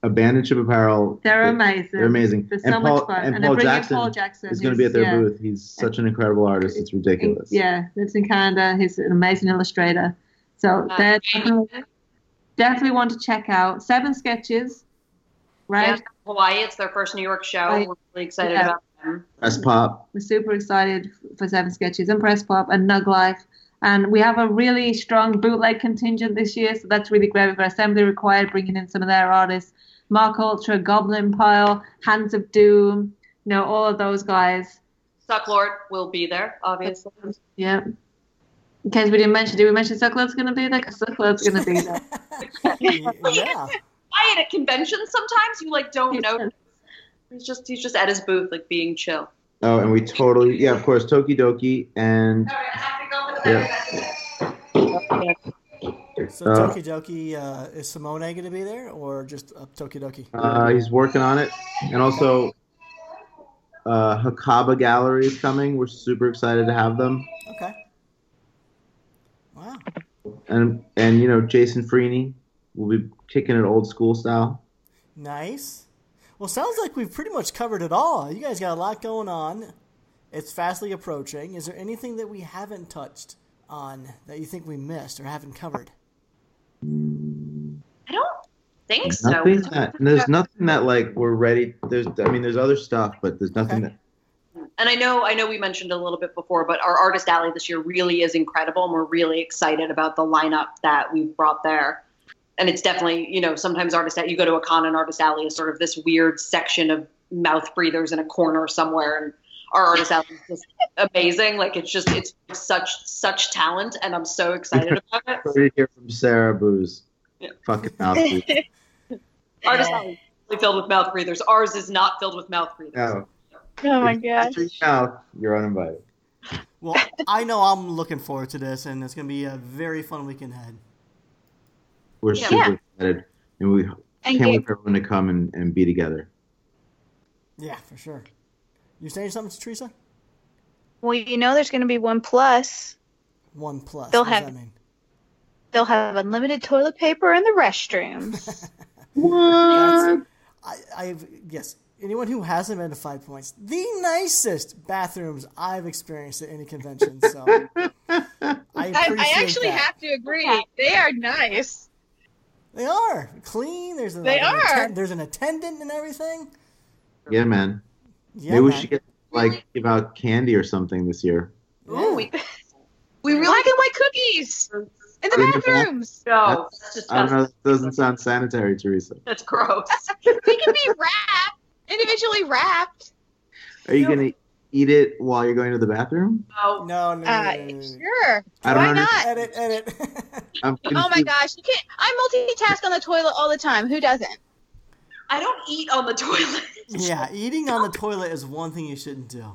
Abandoned Ship Apparel.
they're
They-
amazing.
They're amazing.
They're so
and Paul,
much fun.
And,
they're
Paul
bringing
Jackson
Paul Jackson.
is going to
who's-
be at their
yeah,
booth. He's such an incredible artist. It's
in-
ridiculous.
Yeah, lives in Canada. He's an amazing illustrator. So
Uh,
they're
Hawaii.
definitely one to check out. Seven sketches, right?
Yeah, Hawaii. It's their first New York show.
Right.
We're really excited
Yeah.
about them.
Press pop.
We're super excited for Seven Sketches and Press Pop and Nug Life. And we have a really strong bootleg contingent this year, so that's really great. We've got Assembly Required bringing in some of their artists Mark Ultra, Goblin Pile, Hands of Doom, you know, all of those guys.
Suck Lord will be there, obviously.
Yep. In case we didn't mention, did we mention Sucklub's going to be there? Because Sucklub's going to be there.
yeah.
Why at a convention sometimes you like don't know. He's just he's just at his booth like being chill.
Oh, and we totally yeah, of course, Tokidoki and
So
Uh,
Tokidoki, uh, is Simone going to be there or just uh, Tokidoki?
uh, he's working on it. And also uh, Hakaba Gallery is coming. We're super excited to have them.
Okay. Wow.
And and you know, Jason Freeney will be kicking it old school style.
Nice. Well, sounds like we've pretty much covered it all. You guys got a lot going on. It's fastly approaching. Is there anything that we haven't touched on that you think we missed or haven't covered?
I don't think so.
Nothing that there's nothing that like we're ready. There's I mean there's other stuff, but there's nothing that
and I know I know we mentioned a little bit before, but our artist alley this year really is incredible, and we're really excited about the lineup that we've brought there. And it's definitely you know sometimes artist you go to a con and artist alley is sort of this weird section of mouth breathers in a corner somewhere, and our artist alley is just amazing. Like it's just it's such such talent, and I'm so excited about it.
Sorry to hear from Sarah Booz.
Yeah.
Fucking mouth. breathers.
Artist alley is really filled with mouth breathers. Ours is not filled with mouth breathers.
No.
Oh my
If you
gosh.
touch your mouth, you're uninvited.
Well, I know I'm looking forward to this, and it's going to be a very fun weekend ahead.
We're
Yeah.
super excited, and we
And
can't wait
get,
for everyone to come and, and be together.
Yeah, for sure. You saying something, Teresa?
well, you know, there's going to be one plus.
One plus.
They'll
what does
have-
that mean?
They'll have unlimited toilet paper in the restrooms.
That's- I, I've yes. Anyone who hasn't been to Five Points, the nicest bathrooms I've experienced at any convention. So I,
I,
appreciate
I actually
that.
have to agree. They are nice.
They are clean. There's an,
They
an
are.
atten- there's an attendant and everything.
Yeah, man.
Yeah,
Maybe we
man.
should get like give out candy or something this year.
Ooh, we,
We really black and white cookies in
In
the
the
bathrooms.
no, Oh, that's just
I don't know. That doesn't sound sanitary, Teresa.
that's gross.
they can be wrapped, individually wrapped.
Are you gonna eat it while you're going to the bathroom?
No,
No, no, no,
Uh,
no, no, no, no.
sure.
I don't
Why
understand.
not?
Edit, edit.
I'm
Oh my
confused.
gosh, you can't. I multitask on the toilet all the time. Who doesn't?
I don't eat on the toilet.
yeah, eating on the toilet is one thing you shouldn't do.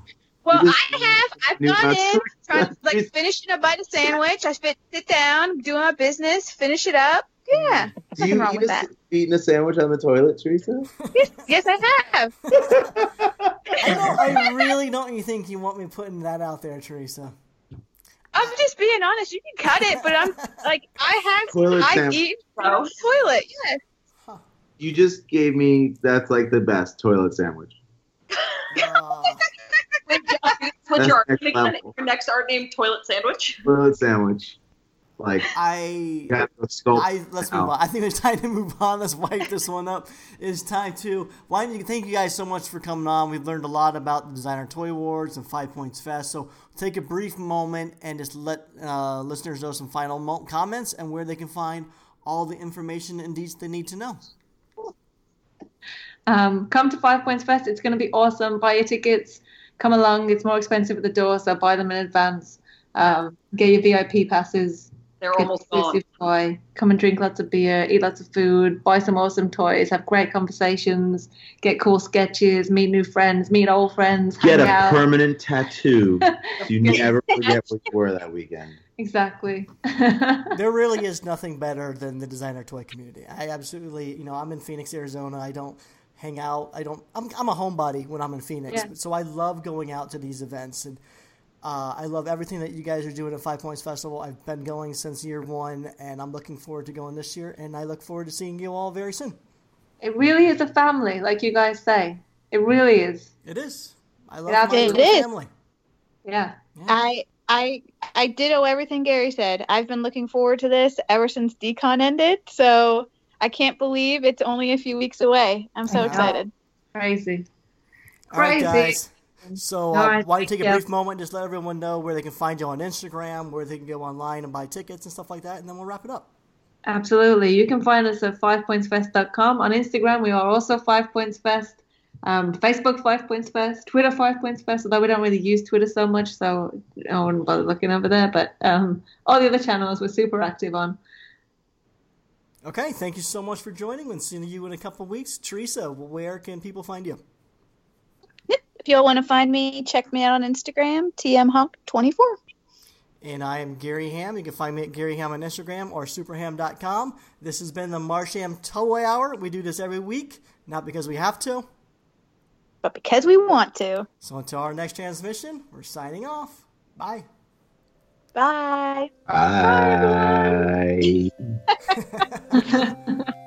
Well,
You just-
I have. I've
You're
gone
not
in, tried, like
It's-
finishing a bite of sandwich. I sit, sit down, do my business, finish it up. Yeah.
Do you
nothing wrong
eat
with
a, eating a sandwich on the toilet, Teresa?
Mm.
Yes, I have.
I, don't, I really don't think you want me putting that out there, Teresa.
I'm just being honest. You can cut it, but I'm like, I have.
Toilet
I
sandwich.
eat
So.
toilet. Yes.
You just gave me that's like the best toilet sandwich.
Uh,
Wait, Josh, what's your art
That's
name?
next level.
Your next art name, Toilet Sandwich.
Toilet sandwich. Like
I.
you have to sculpt.
I let's move
Ow.
on. I think it's time to move on. Let's wipe this one up. It's time to. Why do you thank you guys so much for coming on? We've learned a lot about the Designer Toy Awards and Five Points Fest. So take a brief moment and just let uh, listeners know some final mo- comments and where they can find all the information and deets they need to know.
Um, come to Five Points Fest. It's going to be awesome. Buy your tickets. Come along. It's more expensive at the door, so buy them in advance. Um, get your VIP passes.
They're
Get
almost gone.
exclusive toy. Come and drink lots of beer. Eat lots of food. Buy some awesome toys. Have great conversations. Get cool sketches. Meet new friends. Meet old friends.
Get
hang
a
out.
permanent tattoo. so you
Get-
never forget where you were that weekend.
Exactly.
There really is nothing better than the designer toy community. I absolutely, you know, I'm in Phoenix, Arizona. I don't hang out. I don't. I'm, I'm a homebody when I'm in Phoenix,
Yeah.
so I love going out to these events and Uh, I love everything that you guys are doing at Five Points Festival. I've been going since year one, and I'm looking forward to going this year. And I look forward to seeing you all very soon.
It really is a family, like you guys say. It really is.
It is. I love
Yeah,
my
it
little
is.
family.
Yeah.
I I I ditto everything Gary said. I've been looking forward to this ever since Decon ended, so I can't believe it's only a few weeks away. I'm so
I know.
excited.
Crazy.
All right,
Crazy.
guys. So, uh,
All right,
why don't you take a
yeah.
brief moment, just let everyone know where they can find you on Instagram, where they can go online and buy tickets and stuff like that, and then we'll wrap it up.
Absolutely. You can find us at fivepointsfest.com. On Instagram, we are also Five Points Fest. Um, Facebook, Five Points Fest. Twitter, Five Points Fest, although we don't really use Twitter so much, so I wouldn't bother looking over there. But um, all the other channels we're super active on.
Okay, thank you so much for joining. And seeing you in a couple weeks, Teresa. Where can people find you?
If y'all want to find me, check me out on Instagram, tmhunk24.
And I am Gary Ham. You can find me at Gary Ham on Instagram or superham.com. This has been the Marsham Toy Hour. We do this every week, not because we have to.
But because we want to.
So until our next transmission, we're signing off. Bye.
Bye.
Bye.
Bye.